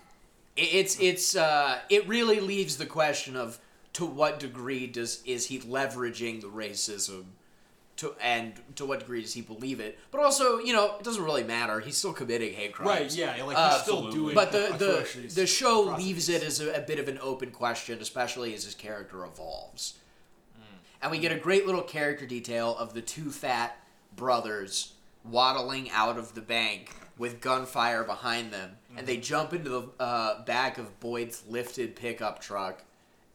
Speaker 1: It- It's
Speaker 3: Hmm.
Speaker 1: it's uh, it really leaves the question of to what degree does is he leveraging the racism to and to what degree does he believe it? But also, you know, it doesn't really matter. He's still committing hate crimes. Uh,
Speaker 3: Right, yeah, like, he's still Absolutely. doing
Speaker 1: But the the,
Speaker 3: atrocities.
Speaker 1: the show leaves it as a, a bit of an open question, especially as his character evolves.
Speaker 3: Mm.
Speaker 1: And we get a great little character detail of the two fat brothers waddling out of the bank with gunfire behind them. And
Speaker 3: Mm-hmm.
Speaker 1: they jump into the uh, back of Boyd's lifted pickup truck.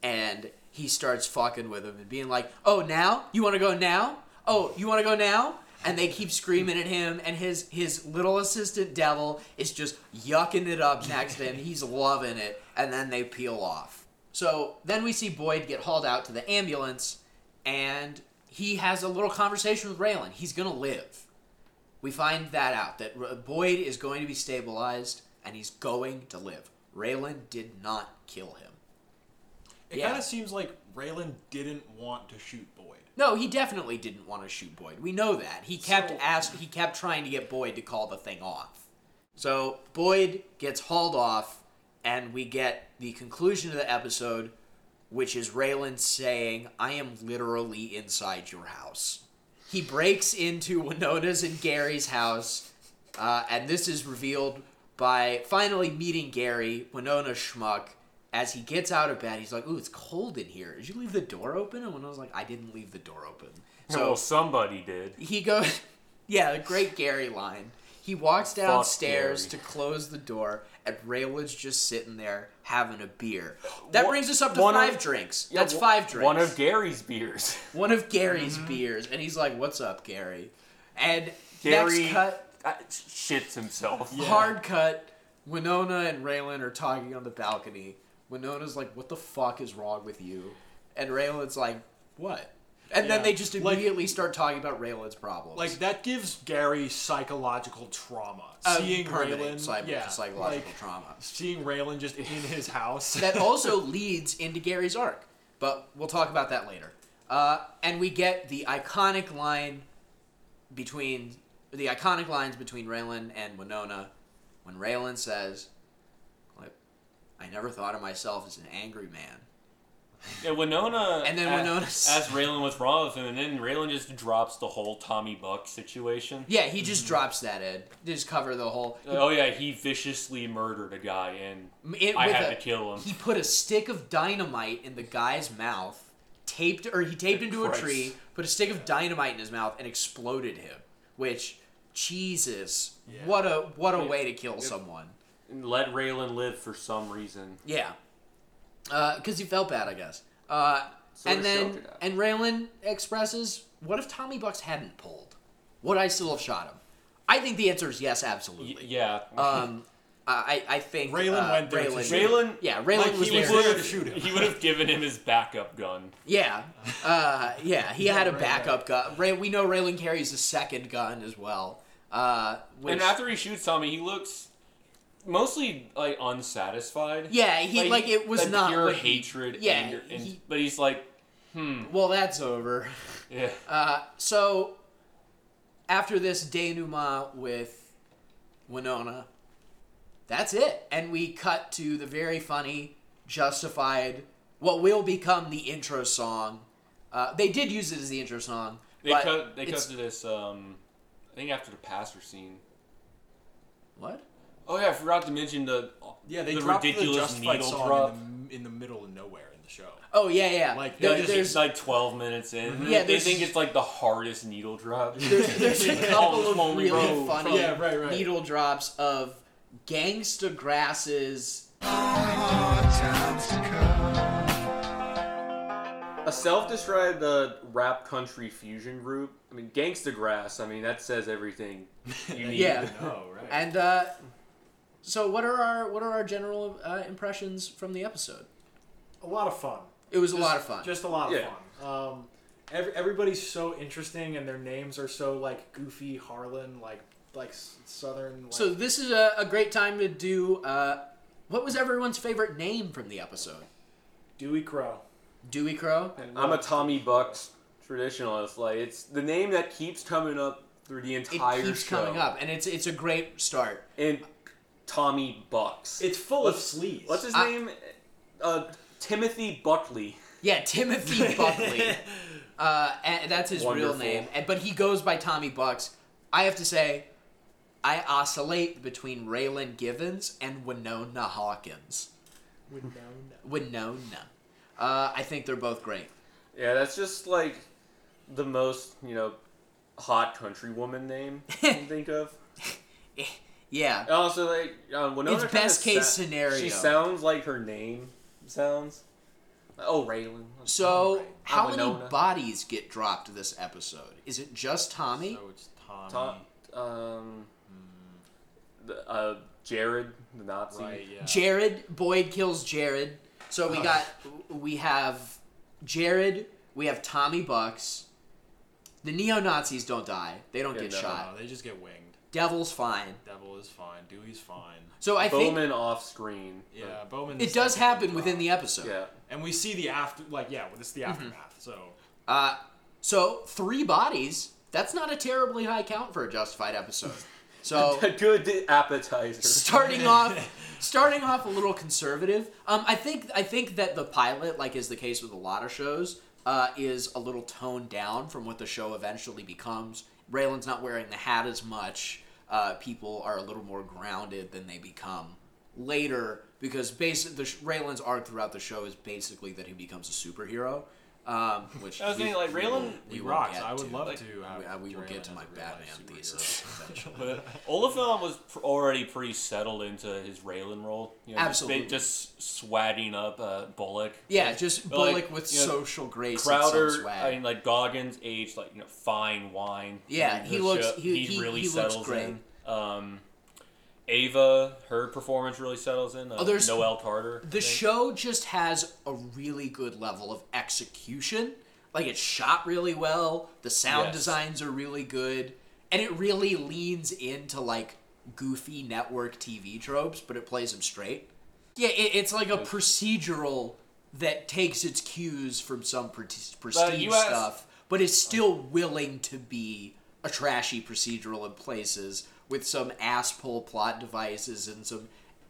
Speaker 1: And he starts fucking with him and being like, Oh, now? You want to go now? Oh, you want to go now? And they keep screaming at him, and his his little assistant devil is just yucking it up next to him. He's loving it, and then they peel off. So then we see Boyd get hauled out to the ambulance, and he has a little conversation with Raylan. He's going to live. We find that out that R- Boyd is going to be stabilized and he's going to live. Raylan did not kill him.
Speaker 3: It
Speaker 1: Yeah.
Speaker 3: kind of seems like Raylan didn't want to shoot Boyd.
Speaker 1: No, he definitely didn't want to shoot Boyd. We know that. He kept ask he kept trying to get Boyd to call the thing off. So Boyd gets hauled off and we get the conclusion of the episode which is Raylan saying, "I am literally inside your house." He breaks into Winona's and Gary's house, uh, and this is revealed by finally meeting Gary, Winona Schmuck. As he gets out of bed, he's like, "Ooh, it's cold in here. Did you leave the door open?" And Winona's like, "I didn't leave the door open." So
Speaker 2: well, somebody did.
Speaker 1: he goes, yeah, the great Gary line. He walks downstairs to
Speaker 2: Gary.
Speaker 1: close the door, and Raylan's just sitting there having a beer. That
Speaker 2: One-
Speaker 1: brings us up to
Speaker 2: one of-
Speaker 1: five drinks.
Speaker 2: yeah,
Speaker 1: That's
Speaker 2: one-
Speaker 1: five drinks.
Speaker 2: One of Mm-hmm. Gary's beers.
Speaker 1: One of Gary's beers, and he's like, "What's up, Gary?" And
Speaker 2: Gary
Speaker 1: next cut,
Speaker 2: uh, shits himself.
Speaker 1: hard cut. Winona and Raylan are talking on the balcony. Winona's like, "What the fuck is wrong with you?" And Raylan's like, "What?" And then
Speaker 3: Yeah.
Speaker 1: they just
Speaker 3: Like-
Speaker 1: immediately start talking about Raylan's problems.
Speaker 3: Like that gives Gary psychological trauma.
Speaker 1: Uh,
Speaker 3: seeing Raylan,
Speaker 1: permanent psych-
Speaker 3: yeah,
Speaker 1: psychological
Speaker 3: like,
Speaker 1: trauma.
Speaker 3: Seeing Raylan just in his house.
Speaker 1: that also leads into Gary's arc, but we'll talk about that later. Uh, and we get the iconic line between the iconic lines between Raylan and Winona when Raylan says, like, "I never thought of myself as an angry man."
Speaker 2: Yeah, Winona.
Speaker 1: And then
Speaker 2: a-
Speaker 1: Winona s-
Speaker 2: asks Raylan what's wrong with him, and then Raylan just drops the whole Tommy Buck situation.
Speaker 1: Yeah, he
Speaker 2: Mm-hmm.
Speaker 1: just drops that in. Just cover the whole.
Speaker 2: Oh yeah, he viciously murdered a guy, and
Speaker 1: It-
Speaker 2: I
Speaker 1: with
Speaker 2: had
Speaker 1: a-
Speaker 2: to kill him.
Speaker 1: He put a stick of dynamite in the guy's mouth, taped or he taped him to a
Speaker 2: Christ.
Speaker 1: tree, put a stick of dynamite in his mouth, and exploded him. Which, Jesus, what a what a
Speaker 2: Yeah.
Speaker 1: way to kill
Speaker 2: Yeah.
Speaker 1: someone.
Speaker 2: And let Raylan live for some reason.
Speaker 1: Yeah, because he felt bad, I guess. Uh,
Speaker 2: So
Speaker 1: and
Speaker 2: does
Speaker 1: then
Speaker 2: Joker.
Speaker 1: and Raylan expresses, "What if Tommy Bucks hadn't pulled? Would I still have shot him?" I think the answer is yes, absolutely.
Speaker 2: Yeah.
Speaker 1: Um, I I I think
Speaker 2: Raylan
Speaker 1: uh,
Speaker 2: went there to
Speaker 1: Raylan,
Speaker 2: shoot. Raylan-
Speaker 1: yeah, Raylan
Speaker 2: like,
Speaker 1: was
Speaker 2: he
Speaker 1: there
Speaker 2: was there
Speaker 1: to
Speaker 2: to shoot him. He would have given him his backup gun.
Speaker 1: Yeah, uh, yeah, he had a backup gun. Ray, we know Raylan carries a second gun as well. Uh, which,
Speaker 2: and after he shoots Tommy, he looks mostly like unsatisfied.
Speaker 1: Yeah, he- like, it was
Speaker 2: like,
Speaker 1: not
Speaker 2: pure
Speaker 1: what he-
Speaker 2: hatred.
Speaker 1: yeah,
Speaker 2: anger, and,
Speaker 1: he-
Speaker 2: but he's like, hmm.
Speaker 1: well, that's over.
Speaker 2: Yeah.
Speaker 1: Uh, so after this denouement with Winona, that's it, and we cut to the very funny, justified, what will become the intro song. Uh, they did use it as the intro song.
Speaker 2: They
Speaker 1: but
Speaker 2: cut. They cut
Speaker 1: it's-
Speaker 2: to this. Um, I think after the passer scene.
Speaker 1: What?
Speaker 2: Oh yeah, I forgot to mention the.
Speaker 3: Yeah, they
Speaker 2: the
Speaker 3: dropped the
Speaker 2: ridiculous
Speaker 3: Justified
Speaker 2: needle
Speaker 3: song
Speaker 2: drop.
Speaker 3: In, the, in the middle of nowhere in the show.
Speaker 1: Oh yeah, yeah.
Speaker 3: Like
Speaker 1: There-
Speaker 2: Like, it's
Speaker 1: there's
Speaker 2: like twelve minutes in.
Speaker 1: Mhm.
Speaker 2: Yeah,
Speaker 1: Yeah,
Speaker 2: they
Speaker 1: there's-
Speaker 2: think it's like the hardest needle drop.
Speaker 1: There's, there's a couple
Speaker 2: Holy
Speaker 1: of really
Speaker 2: roll.
Speaker 1: funny
Speaker 2: Yeah, right, right.
Speaker 1: needle drops of Gangsta Grasses.
Speaker 2: A self-described uh, rap country fusion group. I mean, Gangsta Grass. I mean, that says everything you need
Speaker 1: Yeah.
Speaker 2: to know, right?
Speaker 1: And uh, so, what are our what are our general uh, impressions from the episode?
Speaker 3: A lot of fun.
Speaker 1: It was a
Speaker 3: Just-
Speaker 1: lot of fun.
Speaker 3: Just a lot of
Speaker 1: Yeah.
Speaker 3: fun. Um, every, everybody's so interesting, and their names are so like goofy, Harlan, like like s- Southern. Like,
Speaker 1: So this is a, a great time to do. Uh, what was everyone's favorite name from the episode?
Speaker 3: Dewey Crow.
Speaker 1: Dewey Crow.
Speaker 2: I'm a Tommy Bucks traditionalist. Like, it's the name that keeps coming up through the entire
Speaker 1: It keeps
Speaker 2: show.
Speaker 1: coming up, and it's it's a great start.
Speaker 2: And Tommy Bucks.
Speaker 3: It's full
Speaker 2: What's-
Speaker 3: of sleaze.
Speaker 2: What's his
Speaker 1: I-
Speaker 2: name? Uh, Timothy Buckley.
Speaker 1: Yeah, Timothy Buckley. Uh, and that's his
Speaker 2: Wonderful.
Speaker 1: real name. And, but he goes by Tommy Bucks. I have to say, I oscillate between Raylan Givens and Winona Hawkins. Winona. Uh, I think they're both great.
Speaker 2: Yeah, that's just like the most you know hot country woman name you can think of.
Speaker 1: Yeah.
Speaker 2: Also, like um, Winona.
Speaker 1: It's
Speaker 2: kinda
Speaker 1: best case scenario.
Speaker 2: She sounds like her name sounds. Oh, Raylan. Oh,
Speaker 1: So, how
Speaker 2: Winona.
Speaker 1: many bodies get dropped this episode? Is it just Tommy? So
Speaker 3: it's Tommy.
Speaker 2: Tom, um, the, uh, Jared, the Nazi.
Speaker 1: Jared Boyd kills Jared. So we
Speaker 2: Ugh.
Speaker 1: got we have Jared, we have Tommy Bucks. The neo Nazis don't die; they don't get
Speaker 3: no,
Speaker 1: shot.
Speaker 3: no, they just get winged.
Speaker 1: Devil's fine.
Speaker 3: Devil is fine. Dewey's fine.
Speaker 1: So I think-
Speaker 2: Bowman off screen.
Speaker 3: Yeah, Bowman.
Speaker 1: It does happen within the episode.
Speaker 2: Yeah.
Speaker 3: And we see the after, like yeah, well, this is
Speaker 1: Mm-hmm.
Speaker 3: the aftermath. So
Speaker 1: Uh, so three bodies. That's not a terribly high count for a Justified episode. So
Speaker 2: a good appetizer.
Speaker 1: starting off starting off a little conservative um, i think i think that the pilot like is the case with a lot of shows uh, is a little toned down from what the show eventually becomes raylan's not wearing the hat as much uh, people are a little more grounded than they become later because basi- the sh- raylan's arc throughout the show is basically that he becomes a superhero um, which
Speaker 2: I was
Speaker 1: we-
Speaker 2: thinking, like,
Speaker 1: we
Speaker 2: Raylan-
Speaker 1: will-
Speaker 2: He
Speaker 1: will
Speaker 2: rocks.
Speaker 1: get
Speaker 2: I would love to
Speaker 1: we- uh,
Speaker 2: have
Speaker 1: we, will
Speaker 2: Raylan
Speaker 1: get to
Speaker 2: as
Speaker 1: my batman thesis eventually
Speaker 2: But Olafon was pr- already pretty settled into his Raylan role. You know, just ba-
Speaker 1: Absolutely.
Speaker 2: Just, swatting up uh, Bullock.
Speaker 1: Yeah, just
Speaker 2: But, like,
Speaker 1: Bullock with
Speaker 2: you know,
Speaker 1: social grace and some
Speaker 2: Crowder,
Speaker 1: swag.
Speaker 2: I mean, like Goggins aged like you know fine wine.
Speaker 1: Yeah,
Speaker 2: in
Speaker 1: he
Speaker 2: the
Speaker 1: looks-
Speaker 2: show.
Speaker 1: he- he- he looks great.
Speaker 2: in. Um, Ava, her performance really settles in. Uh,
Speaker 1: Oh, there's-
Speaker 2: Noel Carter. I
Speaker 1: The
Speaker 2: think.
Speaker 1: show just has a really good level of execution. Like it's shot really well, the sound
Speaker 2: Yes.
Speaker 1: designs are really good, and it really leans into like goofy network TV tropes, but it plays them straight. Yeah, it, it's like a procedural that takes its cues from some pre- prestige
Speaker 2: you asked-
Speaker 1: stuff, but is still willing to be a trashy procedural in places with some ass pull plot devices and some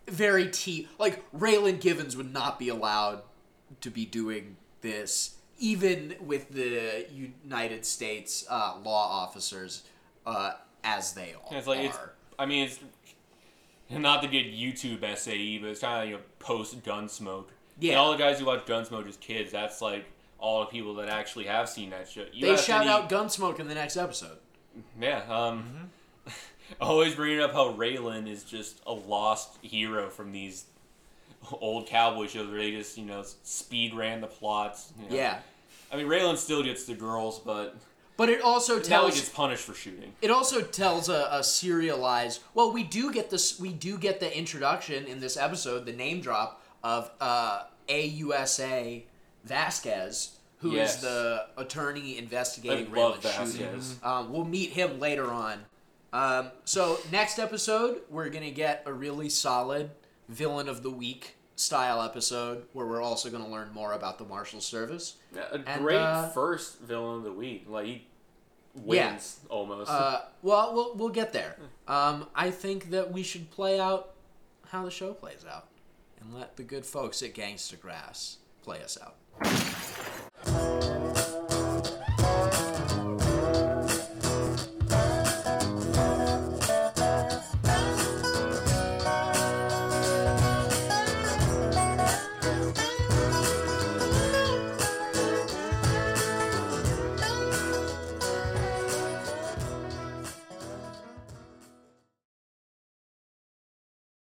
Speaker 1: very t like Raylan Givens would not be allowed to be doing this, even with the United States uh, law officers uh, as they are.
Speaker 2: It's like it's. I mean, it's not to get YouTube SAE, but it's kind of you know post Gunsmoke.
Speaker 1: Yeah.
Speaker 2: Yeah. And all the guys who watch Gunsmoke as kids, that's like all the people that actually have seen that show. You
Speaker 1: they
Speaker 2: ask
Speaker 1: shout
Speaker 2: any-
Speaker 1: out Gunsmoke in the next episode.
Speaker 2: Yeah. Um. Always bringing up how Raylan is just a lost hero from these old cowboy shows where they just you know speed ran the plots. you know.
Speaker 1: Yeah.
Speaker 2: I mean, Raylan still gets the girls, but
Speaker 1: But it also
Speaker 2: now he
Speaker 1: tells
Speaker 2: gets punished for shooting.
Speaker 1: It also tells a, a serialized. Well, we do get this. We do get the introduction in this episode, the name drop of uh, AUSA Vasquez, who is
Speaker 2: Yes.
Speaker 1: the attorney investigating
Speaker 2: I love
Speaker 1: Raylan shooting.
Speaker 2: Vasquez.
Speaker 1: Um, we'll meet him later on. Um, so next episode, we're gonna get a really solid villain of the week style episode where we're also gonna learn more about the Marshal Service.
Speaker 2: A
Speaker 1: And,
Speaker 2: great
Speaker 1: uh,
Speaker 2: first villain of the week. Like he
Speaker 1: Yeah.
Speaker 2: wins almost.
Speaker 1: Uh, well, we'll we'll get there. Um, I think that we should play out how the show plays out, and let the good folks at Gangsta Grass play us out.